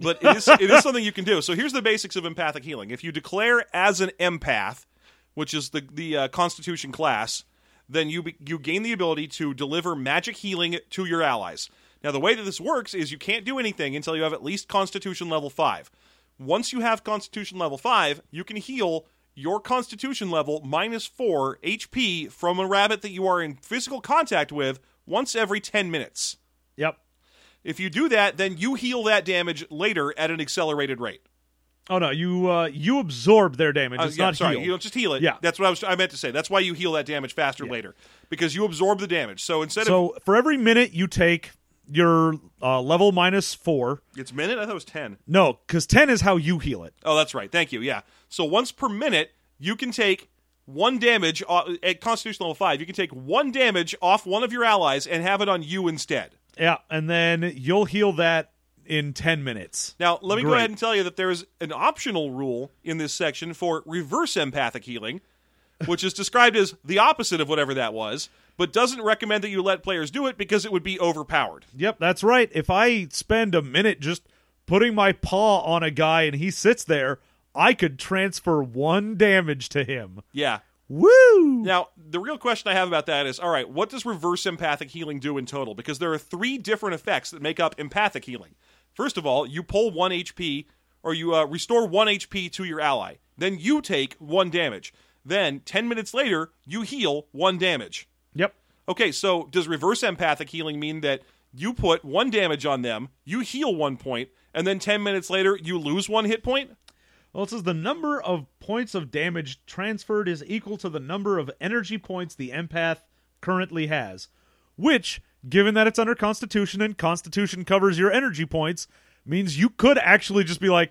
but it is, it is something you can do. So here's the basics of empathic healing. If you declare as an empath, which is the the uh, Constitution class, then you be, you gain the ability to deliver magic healing to your allies. Now, the way that this works is you can't do anything until you have at least Constitution level five. Once you have Constitution level five, you can heal your Constitution level minus four HP from a rabbit that you are in physical contact with once every ten minutes.
Yep.
If you do that, then you heal that damage later at an accelerated rate.
Oh no, you uh, you absorb their damage.
Uh,
It's
yeah,
not
sorry,
heal.
you don't just heal it.
Yeah.
that's what I was. I meant to say. That's why you heal that damage faster later because you absorb the damage. So instead of
so for every minute you take, your uh, level minus four.
it's minute, I thought it was ten.
No, because ten is how you heal it.
Oh, that's right. Thank you. Yeah. So once per minute, you can take one damage o- at Constitution level five. You can take one damage off one of your allies and have it on you instead.
Yeah, and then you'll heal that in ten minutes.
Now, let me go
Great.
ahead and tell you that there is an optional rule in this section for reverse empathic healing, which is described as the opposite of whatever that was, but doesn't recommend that you let players do it because it would be overpowered.
Yep, that's right. If I spend a minute just putting my paw on a guy and he sits there, I could transfer one damage to him.
Yeah.
Woo!
Now, the real question I have about that is all right, what does reverse empathic healing do in total? Because there are three different effects that make up empathic healing. First of all, you pull one HP or you uh, restore one HP to your ally. Then you take one damage. Then, 10 minutes later, you heal one damage.
Yep.
Okay, so does reverse empathic healing mean that you put one damage on them, you heal one point, and then 10 minutes later you lose one hit point?
Well, it says the number of points of damage transferred is equal to the number of energy points the empath currently has, which, given that it's under Constitution and Constitution covers your energy points, means you could actually just be like,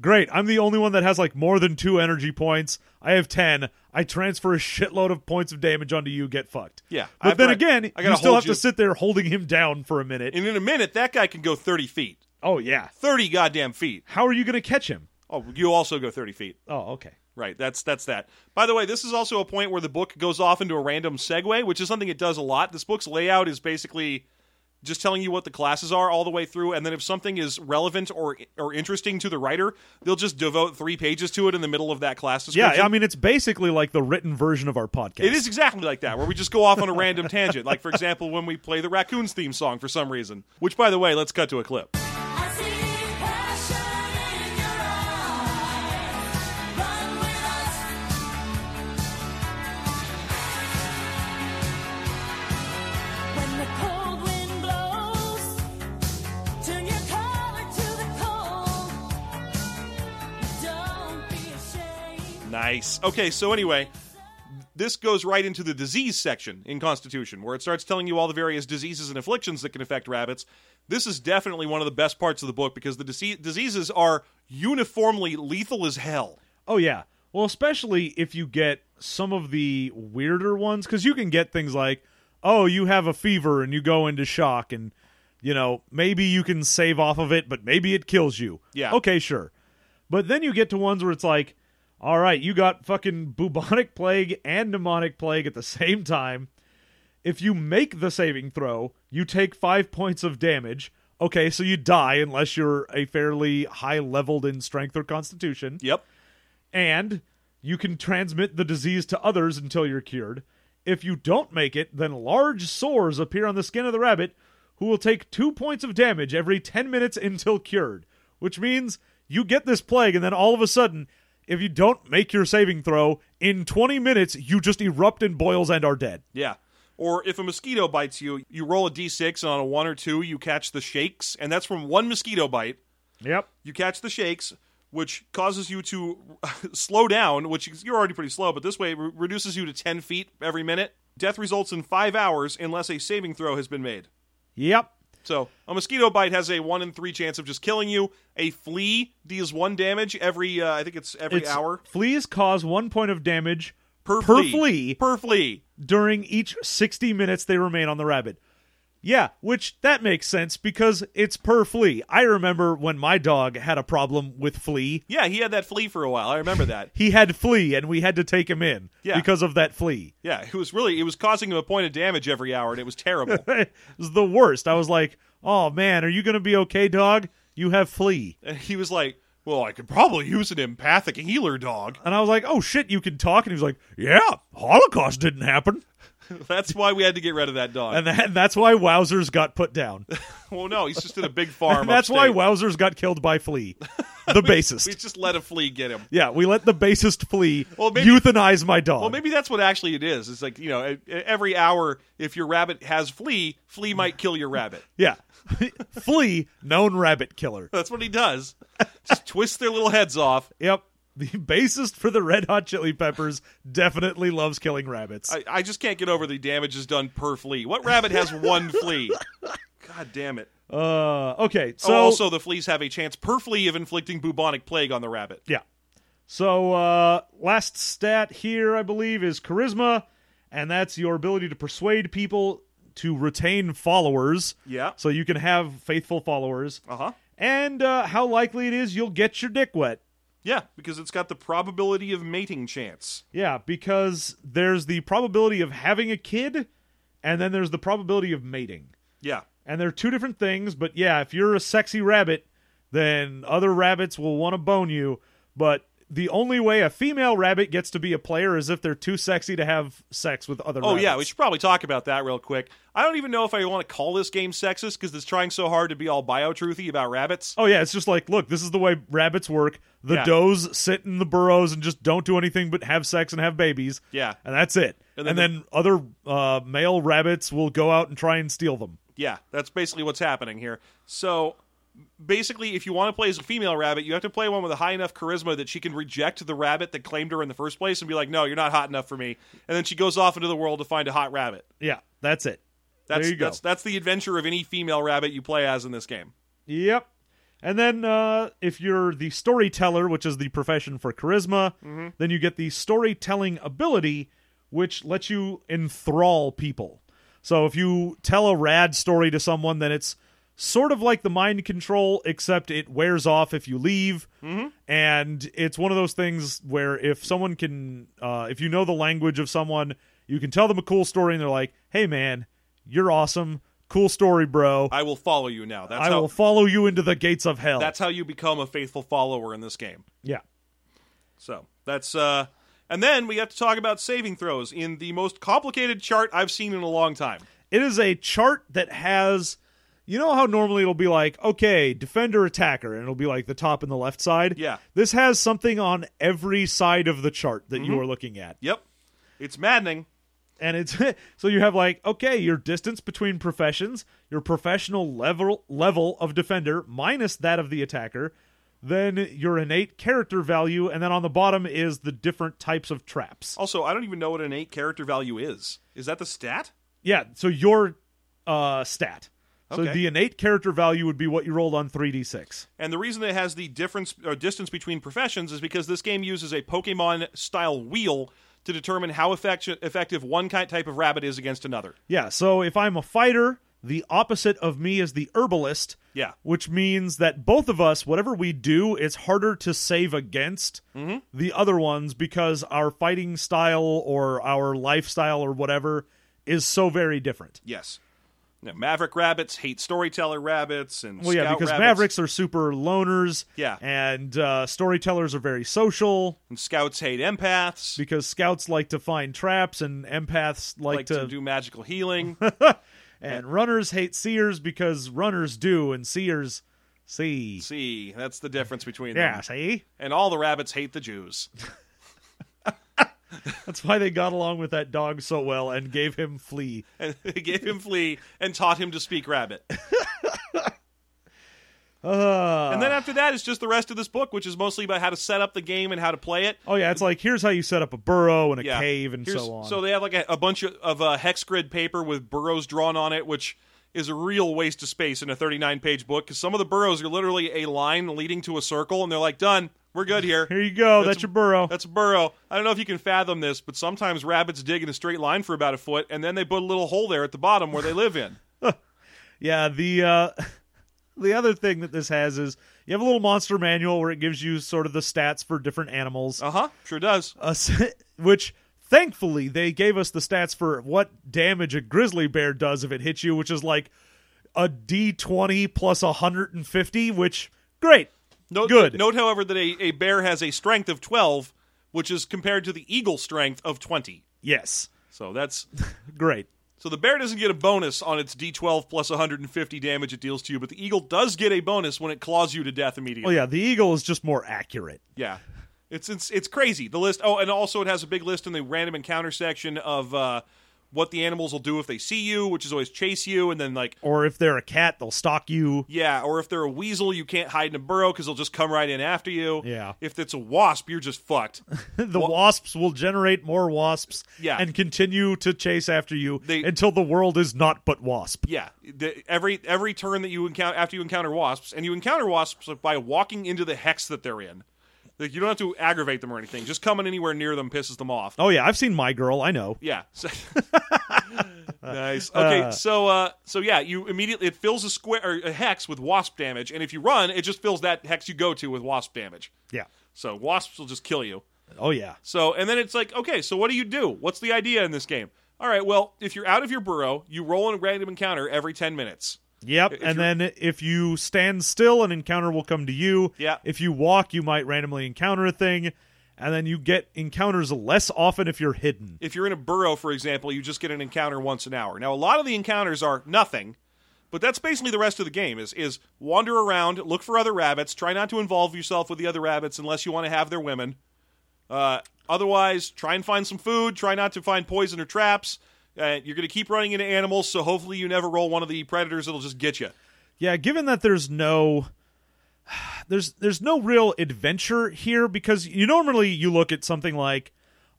great, I'm the only one that has like more than two energy points. I have 10. I transfer a shitload of points of damage onto you, get fucked.
Yeah,
But
I've
then
read-
again,
I gotta
you still
hold
have
you-
to sit there holding him down for a minute.
And in a minute, that guy can go 30 feet.
oh, yeah.
30 goddamn feet.
How are you going to catch him?
Oh, you also go 30 feet.
Oh, okay.
Right, that's that's that. By the way, this is also a point where the book goes off into a random segue, which is something it does a lot. This book's layout is basically just telling you what the classes are all the way through, and then if something is relevant or or interesting to the writer, they'll just devote three pages to it in the middle of that class description.
Yeah, I mean it's basically like the written version of our podcast.
It is exactly like that, where we just go off on a random tangent. Like, for example, when we play the Raccoons theme song for some reason. Which, by the way, let's cut to a clip.
I see passion in your eyes. Run with us.
Nice. Okay, so anyway, this goes right into the disease section in Constitution, where it starts telling you all the various diseases and afflictions that can affect rabbits. This is definitely one of the best parts of the book because the dise- diseases are uniformly lethal as hell.
Oh yeah. Well, especially if you get some of the weirder ones cuz you can get things like oh, you have a fever and you go into shock and you know, maybe you can save off of it, but maybe it kills you.
Yeah.
Okay, sure. But then you get to ones where it's like all right, you got fucking bubonic plague and pneumonic plague at the same time. If you make the saving throw, you take 5 points of damage. Okay, so you die unless you're a fairly high leveled in strength or constitution
Yep.
and you can transmit the disease to others until you're cured. If you don't make it, then large sores appear on the skin of the rabbit, who will take two points of damage every 10 minutes until cured, which means you get this plague, and then all of a sudden, if you don't make your saving throw, in 20 minutes, you just erupt in boils and are dead.
Yeah. Or if a mosquito bites you, you roll a d6, and on a 1 or 2, you catch the shakes, and that's from one mosquito bite.
Yep.
You catch the shakes, which causes you to slow down, which is- you're already pretty slow, but this way it re- reduces you to 10 feet every minute. Death results in five hours unless a saving throw has been made.
Yep.
So a mosquito bite has a one in three chance of just killing you. A flea deals one damage every, uh, I think it's every
It's-
hour
Fleas cause one point of damage
per,
flea.
Per flea.
during each 60 minutes they remain on the rabbit. Yeah, which that makes sense because it's per flea. I remember when my dog had a problem with flea.
Yeah, he had that flea for a while. I remember that.
He had flea and we had to take him in
Yeah.
because of that flea.
Yeah, it was really it was causing him a point of damage every hour, and it was terrible.
it was the worst. I was like, "Oh man, are you going to be okay, dog? You have flea."
and he was like, "Well, I could probably use an empathic healer dog."
And I was like, "Oh shit, you can talk." And he was like, "Yeah, Holocaust didn't happen."
That's why we had to get rid of that dog.
And, that, and that's why Wowzers got put down.
well, no, he's just in a big farm.
And that's why
upstate.
Wowzers got killed by flea. The bassist.
we just let a flea get him.
Yeah, we let the bassist flee,
Well, maybe-
euthanize my dog.
Well, maybe that's what actually it is. It's like you know, e- every hour if your rabbit has flea, flea might kill your rabbit.
Yeah. flea, known rabbit killer.
That's what he does. Just twist their little heads off.
Yep. The bassist for the Red Hot Chili Peppers definitely loves killing rabbits.
I, I just can't get over the damage is done per flea. What rabbit has one flea? God damn it.
uh, okay, so
oh, also, the fleas have a chance per flea of inflicting bubonic plague on the rabbit.
yeah. So uh, last stat here, I believe, is charisma, and that's your ability to persuade people to retain followers.
Yeah.
So you can have faithful followers.
Uh huh.
And uh, how likely it is you'll get your dick wet.
Yeah, because it's got the probability of mating chance.
Yeah, because there's the probability of having a kid, and then there's the probability of mating.
Yeah.
And they're two different things, but yeah, if you're a sexy rabbit, then other rabbits will want to bone you. But the only way a female rabbit gets to be a player is if they're too sexy to have sex with other
Oh,
rabbits.
yeah, we should probably talk about that real quick. I don't even know if I want to call this game sexist because it's trying so hard to be all biotruthy about rabbits.
Oh, yeah, it's just like, look, this is the way rabbits work. The
Yeah.
does sit in the burrows and just don't do anything but have sex and have babies.
Yeah.
And that's it.
And
And
then
then, other uh, male rabbits will go out and try and steal them.
Yeah, that's basically what's happening here. So basically, if you want to play as a female rabbit, you have to play one with a high enough charisma that she can reject the rabbit that claimed her in the first place and be like, no, you're not hot enough for me. And then she goes off into the world to find a hot rabbit.
Yeah, that's it.
That's,
there you go.
That's, that's the adventure of any female rabbit you play as in this game.
Yep. And then uh, if you're the storyteller, which is the profession for charisma, then you get the storytelling ability, which lets you enthrall people. So if you tell a rad story to someone, then it's sort of like the mind control, except it wears off if you leave. And it's one of those things where if someone can, uh, if you know the language of someone, you can tell them a cool story and they're like, hey, man, you're awesome. Cool story, bro.
I will follow you now. That's
I
how
will follow you into the gates of hell.
that's how you become a faithful follower in this game.
yeah.
So that's uh and then we have to talk about saving throws in the most complicated chart I've seen in a long time.
It is a chart that has you know how normally it'll be like, okay, defender attacker, and it'll be like the top and the left side?
Yeah.
This has something on every side of the chart that
Mm-hmm.
you are looking at.
Yep. It's maddening.
And it's so you have like, okay, your distance between professions, your professional level level of defender minus that of the attacker, then your innate character value, and then on the bottom is the different types of traps.
Also, I don't even know what an eight character value is. Is that the stat?
Yeah, so your uh, stat. So
Okay.
the innate character value would be what you rolled on 3d6.
And the reason it has the difference or distance between professions is because this game uses a Pokemon style wheel to determine how effect- effective one ki- type of rabbit is against another.
Yeah, so if I'm a fighter, the opposite of me is the herbalist.
Yeah.
Which means that both of us, whatever we do, it's harder to save against
Mm-hmm.
the other ones because our fighting style or our lifestyle or whatever is so very different.
Yes. Now, Maverick rabbits hate storyteller rabbits and
Well, yeah,
scout
because
rabbits.
Mavericks are super loners.
Yeah.
And uh, storytellers are very social
and scouts hate empaths.
because scouts like to find traps and empaths like,
like to, do magical healing.
and runners hate seers because runners do and seers see.
See, that's the difference between
Yeah,
them.
see?
And all the rabbits hate the Jews.
That's why they got along with that dog so well and gave him flea.
And they gave him flea and taught him to speak rabbit.
Uh,
And then after that, it's just the rest of this book, which is mostly about how to set up the game and how to play it.
oh yeah, it's like here's how you set up a burrow and a
Yeah.
cave and
Here's-
so on.
So they have like a, a bunch of, of uh, hex grid paper with burrows drawn on it, which is a real waste of space in a 39 page book because some of the burrows are literally a line leading to a circle, and they're like, done, we're good here.
Here you go,
That's-
that's, your burrow.
That's a burrow. I don't know if you can fathom this, but sometimes rabbits dig in a straight line for about a foot, and then they put a little hole there at the bottom where they live in.
Yeah, the uh the other thing that this has is you have a little monster manual where it gives you sort of the stats for different animals.
Uh huh. Sure does.
Uh, which thankfully they gave us the stats for what damage a grizzly bear does if it hits you, which is like a d20 plus 150, which great.
Note,
Good.
Note, however, that a, a bear has a strength of 12, which is compared to the eagle strength of 20.
Yes.
So that's
Great.
so the bear doesn't get a bonus on its d12 plus 150 damage it deals to you, but the eagle does get a bonus when it claws you to death
Well,
immediately.
yeah, the eagle is just more accurate.
yeah. It's, it's it's crazy. The list. Oh, and also it has a big list in the random encounter section of uh, what the animals will do if they see you, which is always chase you, and then like
Or if they're a cat, they'll stalk you.
Yeah, or if they're a weasel, you can't hide in a burrow because they'll just come right in after you.
Yeah.
If it's a wasp, you're just fucked.
the wasps will generate more wasps
Yeah.
and continue to chase after you
They-
until the world is not but wasp.
yeah. The, every every turn that you encounter after you encounter wasps, and you encounter wasps by walking into the hex that they're in. Like you don't have to aggravate them or anything. Just coming anywhere near them pisses them off.
Oh yeah, I've seen My Girl, I know.
Yeah. So- nice. Okay, so uh so yeah, you immediately it fills a square or a hex with wasp damage, and if you run, it just fills that hex you go to with wasp damage.
Yeah.
So wasps will just kill you.
Oh yeah.
So, and then it's like, okay, so what do you do? What's the idea in this game? All right, well, if you're out of your burrow, you roll in a random encounter every 10 minutes.
Yep.
If
and
you're-
then if you stand still, an encounter will come to you.
Yeah.
If you walk, you might randomly encounter a thing. And then you get encounters less often if you're hidden.
If you're in a burrow, for example, you just get an encounter once an hour. Now, a lot of the encounters are nothing, but that's basically the rest of the game is is wander around, look for other rabbits, try not to involve yourself with the other rabbits unless you want to have their women. Uh, otherwise, try and find some food, try not to find poison or traps. Uh, you're going to keep running into animals, so hopefully you never roll one of the predators that'll just get you.
Yeah, given that there's no there's there's no real adventure here because you normally you look at something like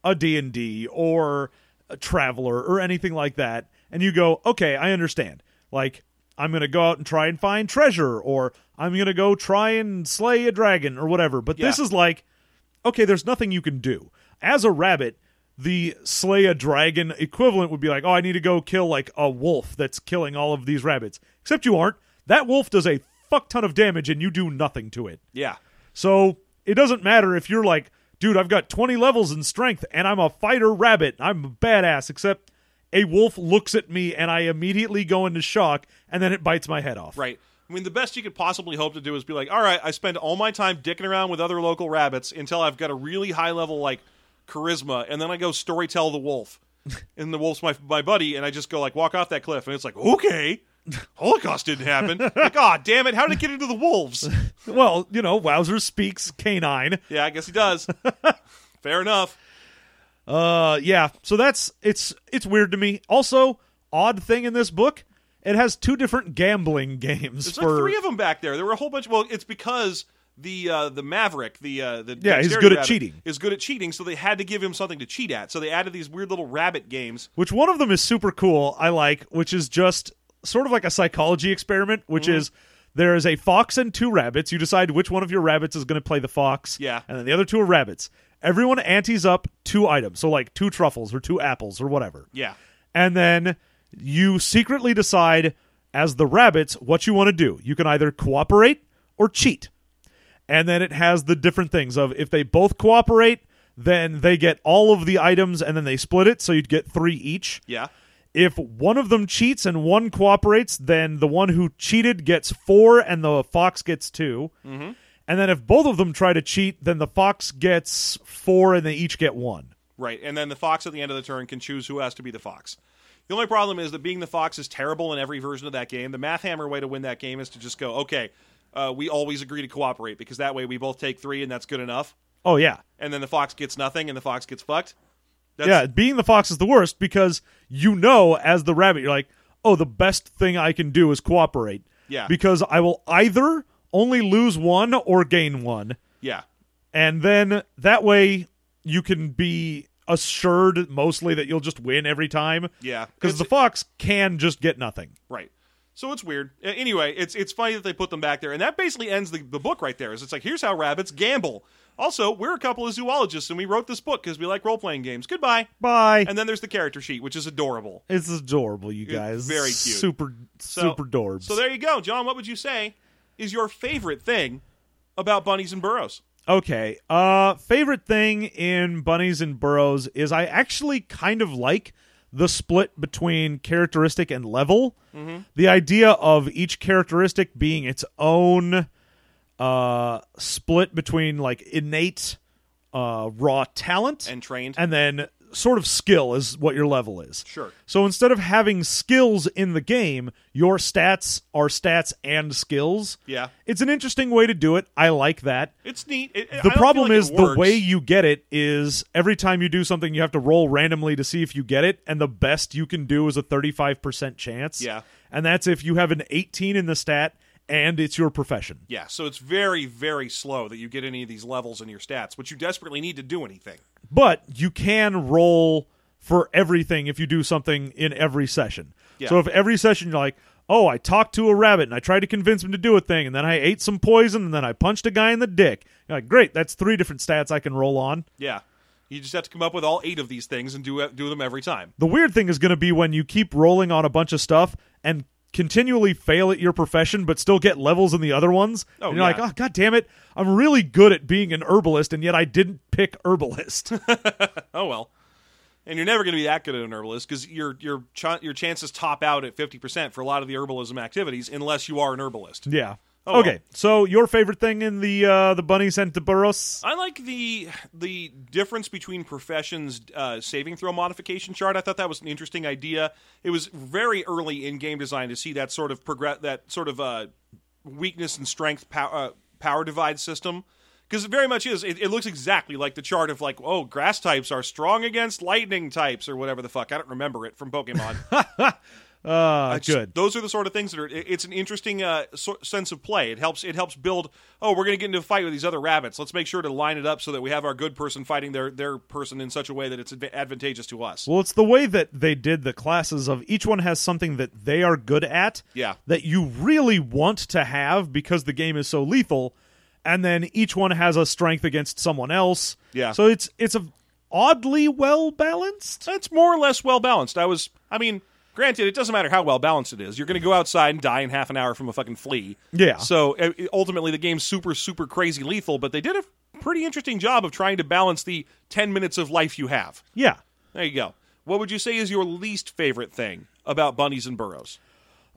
a D&D or a traveler or anything like that and you go, "Okay, I understand." Like I'm going to go out and try and find treasure or I'm going to go try and slay a dragon or whatever. But this
Yeah.
is like okay, there's nothing you can do. As a rabbit, the slay a dragon equivalent would be like, oh, I need to go kill like a wolf that's killing all of these rabbits. Except you aren't. That wolf does a fuck ton of damage and you do nothing to it.
Yeah.
So it doesn't matter if you're like, dude, I've got 20 levels in strength and I'm a fighter rabbit. I'm a badass, except a wolf looks at me and I immediately go into shock and then it bites my head off.
Right. I mean, the best you could possibly hope to do is be like, all right, I spend all my time dicking around with other local rabbits until I've got a really high level, like, charisma, and then I go story tell the wolf. and the wolf's my, my buddy, and I just go, like, walk off that cliff, and it's like, okay, Holocaust didn't happen. like, ah, damn it, how did it get into the wolves?
Well, you know, Wowzer speaks canine.
yeah, I guess he does. Fair enough.
Uh, yeah. So that's it's it's weird to me. Also, odd thing in this book, it has two different gambling games
There's
for
like three of them back there. There were a whole bunch. Well, it's because the uh, the Maverick, the uh, the
Yeah, he's
dexterity
good at
rabbit,
cheating.
Is good at cheating, so they had to give him something to cheat at. So they added these weird little rabbit games.
which one of them is super cool i like which is just sort of like a psychology experiment which
Mm-hmm.
is there is a fox and two rabbits you decide which one of your rabbits is going to play the fox
Yeah.
and then the other two are rabbits everyone antes up two items so like two truffles or two apples or whatever
Yeah,
and then you secretly decide as the rabbits what you want to do you can either cooperate or cheat and then it has the different things of if they both cooperate then they get all of the items and then they split it so you'd get three each
yeah,
if one of them cheats and one cooperates, then the one who cheated gets four and the fox gets 2 Mm-hmm. And then if both of them try to cheat, then the fox gets four and they each get one.
right. And then the fox at the end of the turn can choose who has to be the fox. The only problem is that being the fox is terrible in every version of that game. The math hammer way to win that game is to just go, okay, uh, we always agree to cooperate because that way we both take three and that's good enough.
Oh, yeah.
And then the fox gets nothing and the fox gets fucked. That's,
yeah, being the fox is the worst because you know, as the rabbit, you're like, oh, the best thing I can do is cooperate.
Yeah.
Because I will either only lose one or gain one.
yeah,
and then that way you can be assured mostly that you'll just win every time.
Yeah.
because
It's-
the fox can just get nothing.
Right. So it's weird. A- Anyway, it's it's funny that they put them back there, and that basically ends the, the book right there. Is it's like here's how rabbits gamble. Also, we're a couple of zoologists, and we wrote this book because we like role playing games. Goodbye.
Bye.
And then there's the character sheet, which is adorable.
it's adorable, you guys.
very cute.
Super,
So,
super dorbs.
So there you go, John. What would you say is your favorite thing about bunnies and burrows?
Okay. Uh favorite thing in Bunnies and Burrows is I actually kind of like the split between characteristic and level.
Mm-hmm.
The idea of each characteristic being its own uh split between like innate uh raw talent
And trained.
and then sort of skill is what your level is.
Sure.
So instead of having skills in the game, your stats are stats and skills.
Yeah.
It's an interesting way to do it. I like that
It's neat. It- I don't
the
feel
problem
like it
is the
works.
way you get it is every time you do something you have to roll randomly to see if you get it and the best you can do is a 35% chance
Yeah.
and that's if you have an 18 in the stat and it's your profession
Yeah, so it's very, very slow that you get any of these levels in your stats, which you desperately need to do anything.
but you can roll for everything if you do something in every session
Yeah.
so if every session you're like oh i talked to a rabbit and i tried to convince him to do a thing and then i ate some poison and then i punched a guy in the dick you're like great that's three different stats i can roll on
Yeah. You just have to come up with all eight of these things and do do them every time.
The weird thing is going to be when you keep rolling on a bunch of stuff and continually fail at your profession but still get levels in the other ones.
Oh,
and you're
yeah.
like, oh, god damn it. I'm really good at being an herbalist, and yet I didn't pick herbalist.
Oh well. And you're never going to be that good at an herbalist because your your ch- your chances top out at fifty percent for a lot of the herbalism activities, unless you are an herbalist.
yeah.
Oh,
okay.
well.
So your favorite thing in the uh, the bunny sent to Burros?
I like the the difference between professions uh, saving throw modification chart. I thought that was an interesting idea. It was very early in game design to see that sort of progress, that sort of uh, weakness and strength pow- uh, power divide system. Because it very much is. It, it looks exactly like the chart of like, oh, grass types are strong against lightning types or whatever the fuck. I don't remember it from Pokemon.
Uh,
Just-
good.
Those are the sort of things that are. it- It's an interesting uh, so- sense of play. It helps. It helps build. Oh, we're going to get into a fight with these other rabbits. Let's make sure to line it up so that we have our good person fighting their their person in such a way that it's adva- advantageous to us.
Well, it's the way that they did the classes of each one has something that they are good at.
Yeah.
That you really want to have because the game is so lethal, and then each one has a strength against someone else.
Yeah.
So it's it's a oddly well balanced.
It's more or less well balanced. I was. I mean, granted, it doesn't matter how well balanced it is. You're going to go outside and die in half an hour from a fucking flea.
Yeah.
So uh, ultimately, the game's super super crazy lethal. But they did a pretty interesting job of trying to balance the ten minutes of life you have.
Yeah.
There you go. What would you say is your least favorite thing about bunnies and burrows?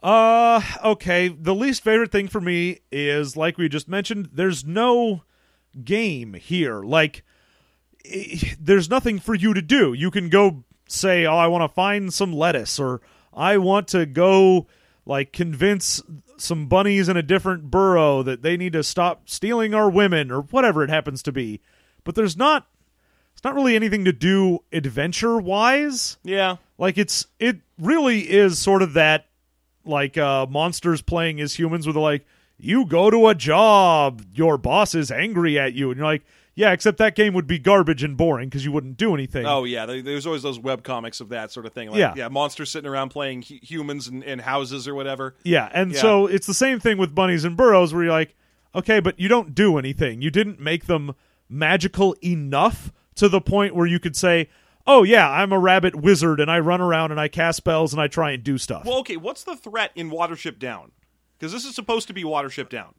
Uh okay, the least favorite thing for me is like we just mentioned, there's no game here. Like eh, there's nothing for you to do. You can go say, "Oh, I want to find some lettuce," or "I want to go like convince some bunnies in a different burrow that they need to stop stealing our women," or whatever it happens to be. But there's not. It's not really anything to do adventure wise.
Yeah.
Like it's it really is sort of that like uh monsters playing as humans where they're like, you go to a job, your boss is angry at you, and you're like, yeah, except that game would be garbage and boring because you wouldn't do anything.
Oh yeah, there- there's always those web comics of that sort of thing. Like,
Yeah.
monsters sitting around playing hu- humans in, in houses or whatever.
Yeah, and
Yeah.
so it's the same thing with bunnies and burrows where you're like, okay, but you don't do anything. You didn't make them magical enough to the point where you could say, "Oh yeah, I'm a rabbit wizard and I run around and I cast spells and I try and do stuff." Well,
Well, okay, what's the threat in Watership Down? Because this is supposed to be Watership Down.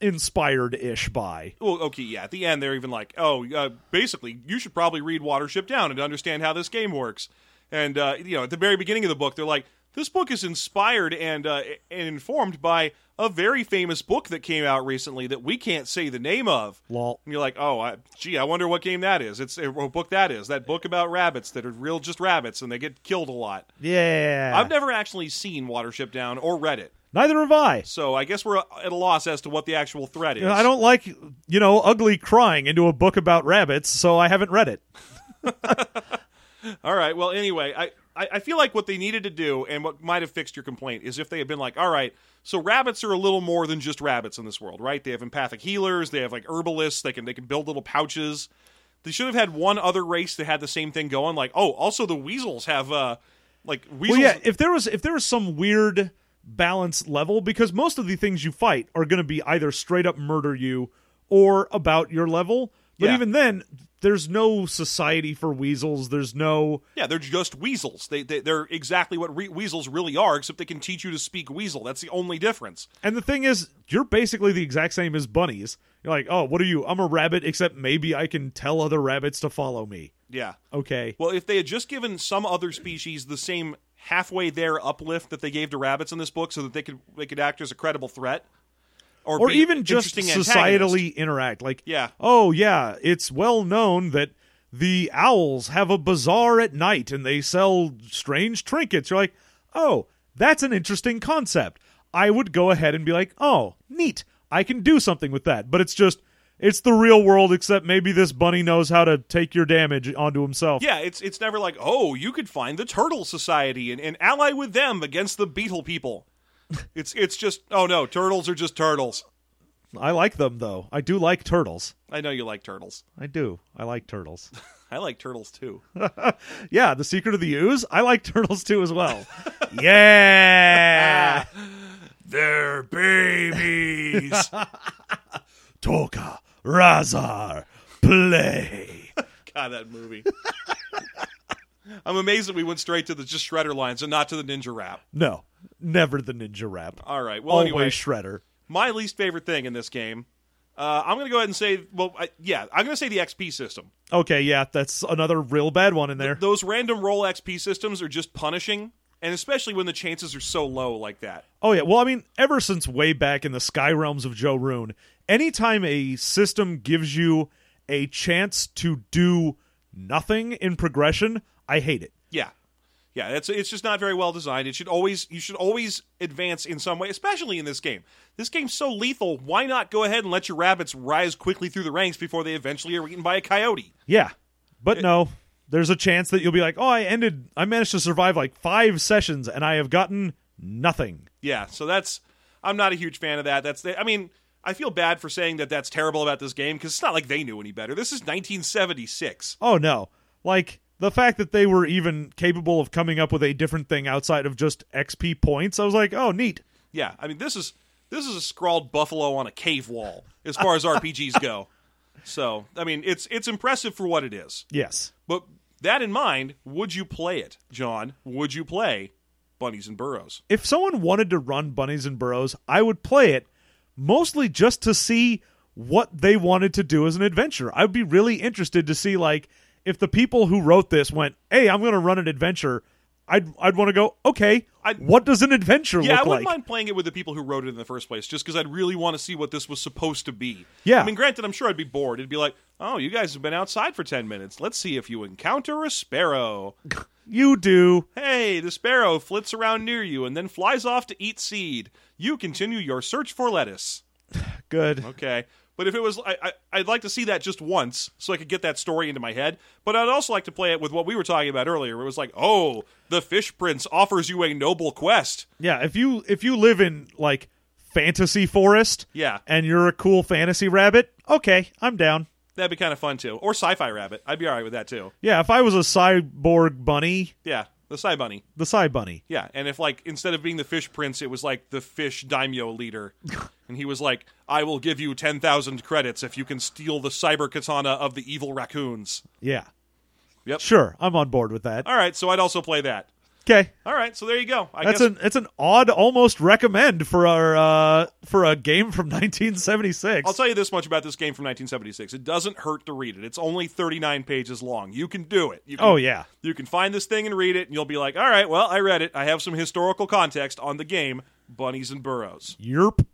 inspired-ish by.
Well, okay, yeah. At the end, they're even like, "Oh, uh, basically, you should probably read Watership Down and understand how this game works." And uh, you know, at the very beginning of the book, they're like, "This book is inspired and uh, and informed by a very famous book that came out recently that we can't say the name of."
Lol.
And you're like, "Oh, I, gee, I wonder what game that is. It's uh, what book that is. That book about rabbits that are real, just rabbits, and they get killed a lot."
Yeah.
I've never actually seen Watership Down or read it,
Neither have I.
so I guess we're at a loss as to what the actual threat is.
You know, I don't like, you know, ugly crying into a book about rabbits, so I haven't read it.
All right. Well, anyway, I, I, I feel like what they needed to do and what might have fixed your complaint is if they had been like, all right, so rabbits are a little more than just rabbits in this world, right? They have empathic healers, they have like herbalists, they can they can build little pouches. They should have had one other race that had the same thing going. Like, oh, also the weasels have uh like
Well,
weasels.
yeah. If there was if there was some weird balance level, because most of the things you fight are going to be either straight up murder you or about your level. But
Yeah.
even then, there's no society for weasels. There's no
Yeah, they're just weasels. They, they they're exactly what re- weasels really are, except they can teach you to speak weasel. That's the only difference.
And the thing is, you're basically the exact same as bunnies. You're like, oh, what are you? I'm a rabbit, except maybe I can tell other rabbits to follow me.
Yeah.
Okay.
Well, if they had just given some other species the same halfway there uplift that they gave to rabbits in this book, so that they could they could act as a credible threat,
or
be
even just
interesting antagonists.
societally interact. Like,
Yeah.
oh yeah, it's well known that the owls have a bazaar at night and they sell strange trinkets. You're like, oh, that's an interesting concept. I would go ahead and be like, oh, neat. I can do something with that. But it's just, it's the real world, except maybe this bunny knows how to take your damage onto himself.
Yeah, it's it's never like oh, you could find the turtle society and, and ally with them against the beetle people. it's it's just oh no, turtles are just turtles.
I like them though. I do like turtles.
I know you like turtles.
I do. I like turtles.
I like turtles too.
yeah, the secret of the ooze. I like turtles too as well. yeah.
They're babies.
Toka Razar play.
God, that movie. I'm amazed that we went straight to the just shredder lines and not to the ninja rap.
No, never the ninja rap.
All right. Uh, Well,
Always
anyway,
Shredder.
my least favorite thing in this game. Uh, I'm going to go ahead and say, well, I, yeah, I'm going to say the XP system.
Okay, yeah, that's another real bad one in there.
Those random roll XP systems are just punishing, and especially when the chances are so low like that.
Oh yeah, well I mean, ever since way back in the Sky Realms of Joe Rune, anytime a system gives you a chance to do nothing in progression, I hate it.
Yeah, yeah, it's it's just not very well designed. It should always you should always advance in some way, especially in this game. This game's so lethal. Why not go ahead and let your rabbits rise quickly through the ranks before they eventually are eaten by a coyote?
Yeah. But no, there's a chance that you'll be like, "Oh, I ended I managed to survive like 5 sessions and I have gotten nothing."
Yeah, so that's I'm not a huge fan of that. That's I mean, I feel bad for saying that that's terrible about this game because it's not like they knew any better. This is 1976.
Oh no. Like the fact that they were even capable of coming up with a different thing outside of just XP points, I was like, "Oh, neat."
Yeah, I mean this is this is a scrawled buffalo on a cave wall as far as RPGs go. So I mean it's it's impressive for what it is.
Yes.
But that in mind, would you play it, John? Would you play Bunnies and Burrows?
if someone wanted to run bunnies and burrows, I would play it mostly just to see what they wanted to do as an adventure. I'd be really interested to see like if the people who wrote this went, "Hey, I'm going to run an adventure." I'd I'd want to go, "Okay,
I'd-
what does an adventure
Yeah, I
look
wouldn't
like?"
mind playing it with the people who wrote it in the first place, just because I'd really want to see what this was supposed to be.
Yeah.
I mean, granted, I'm sure I'd be bored. It'd be like, oh, you guys have been outside for 10 minutes. Let's see if you encounter a sparrow.
You do.
Hey, the sparrow flits around near you and then flies off to eat seed. You continue your search for lettuce.
Good.
Okay. But if it was, I, I, I'd like to see that just once so I could get that story into my head. But I'd also like to play it with what we were talking about earlier. It was like, oh, the fish prince offers you a noble quest.
Yeah, if you if you live in like fantasy forest
Yeah.
and you're a cool fantasy rabbit, okay, I'm down.
That'd be kind of fun too. Or sci-fi rabbit. I'd be all right with that too.
Yeah, if I was a cyborg bunny,
Yeah, the sci bunny.
the cy bunny.
Yeah, and if like instead of being the fish prince, it was like the fish daimyo leader, and he was like, "I will give you ten thousand credits if you can steal the cyber katana of the evil raccoons."
Yeah.
Yep.
Sure, I'm on board with that.
All right, so I'd also play that.
Okay.
All right, so there you go. I
That's
guess
an it's an odd almost recommend for our uh for a game from 1976.
I'll tell you this much about this game from 1976. It doesn't hurt to read it. It's only 39 pages long. You can do it. You can,
oh yeah.
You can find this thing and read it, and you'll be like, all right, well, I read it. I have some historical context on the game, Bunnies and Burrows.
Yerp.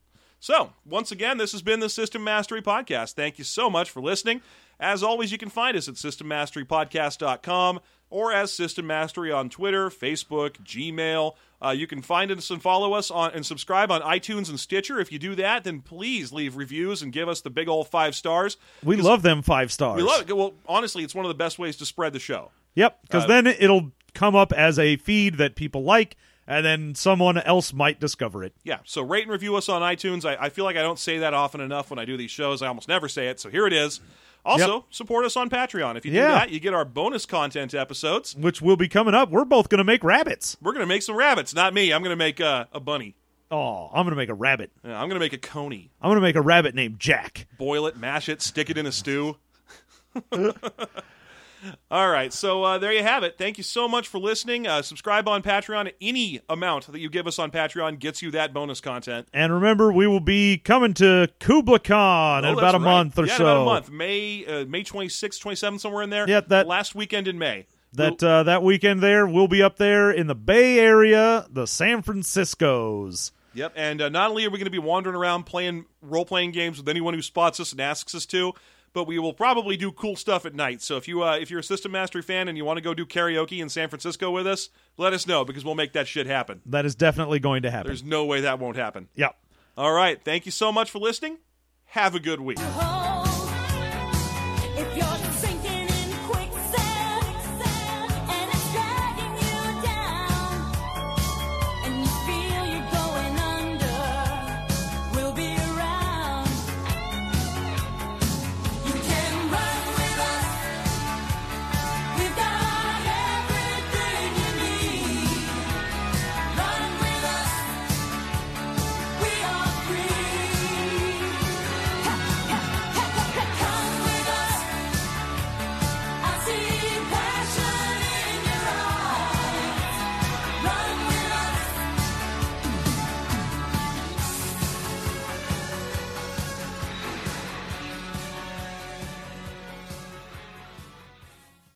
So, once again, this has been the System Mastery Podcast. Thank you so much for listening. As always, you can find us at SystemMasteryPodcast.com or as System Mastery on Twitter, Facebook, Gmail. Uh, you can find us and follow us on and subscribe on iTunes and Stitcher. If you do that, then please leave reviews and give us the big old five stars.
We love them five stars.
We love it. Uh, Well, honestly, it's one of the best ways to spread the show.
Yep, because then it'll come up as a feed that people like, and then someone else might discover it.
Yeah, so rate and review us on iTunes. I, I feel like I don't say that often enough when I do these shows. I almost never say it, so here it is. Also, support us on Patreon. If you do
Yeah.
that, you get our bonus content episodes.
Which will be coming up. We're both gonna make rabbits.
We're going to make some rabbits. Not me. I'm going to make uh, a bunny.
Oh, I'm gonna make a rabbit.
Uh, I'm going to make a coney.
I'm gonna make a rabbit named Jack.
Boil it, mash it, stick it in a stew. All right, so uh, there you have it. Thank you so much for listening. Uh, subscribe on Patreon. Any amount that you give us on Patreon gets you that bonus content.
And remember, we will be coming to KublaCon
Oh,
in about
that's
a
right.
month or
yeah, in
so.
About a month, May, uh, May 26th, 27th, somewhere in there.
Yeah, that-
last weekend in May.
That uh, that weekend there, we'll be up there in the Bay Area, the San Franciscos.
Yep. And uh, not only are we going to be wandering around playing role playing games with anyone who spots us and asks us to, but we will probably do cool stuff at night. So if you uh, if you're a System Mastery fan and you want to go do karaoke in San Francisco with us, let us know because we'll make that shit happen.
That is definitely going to happen.
There's no way that won't happen.
yep.
All right. Thank you so much for listening. Have a good week.
home.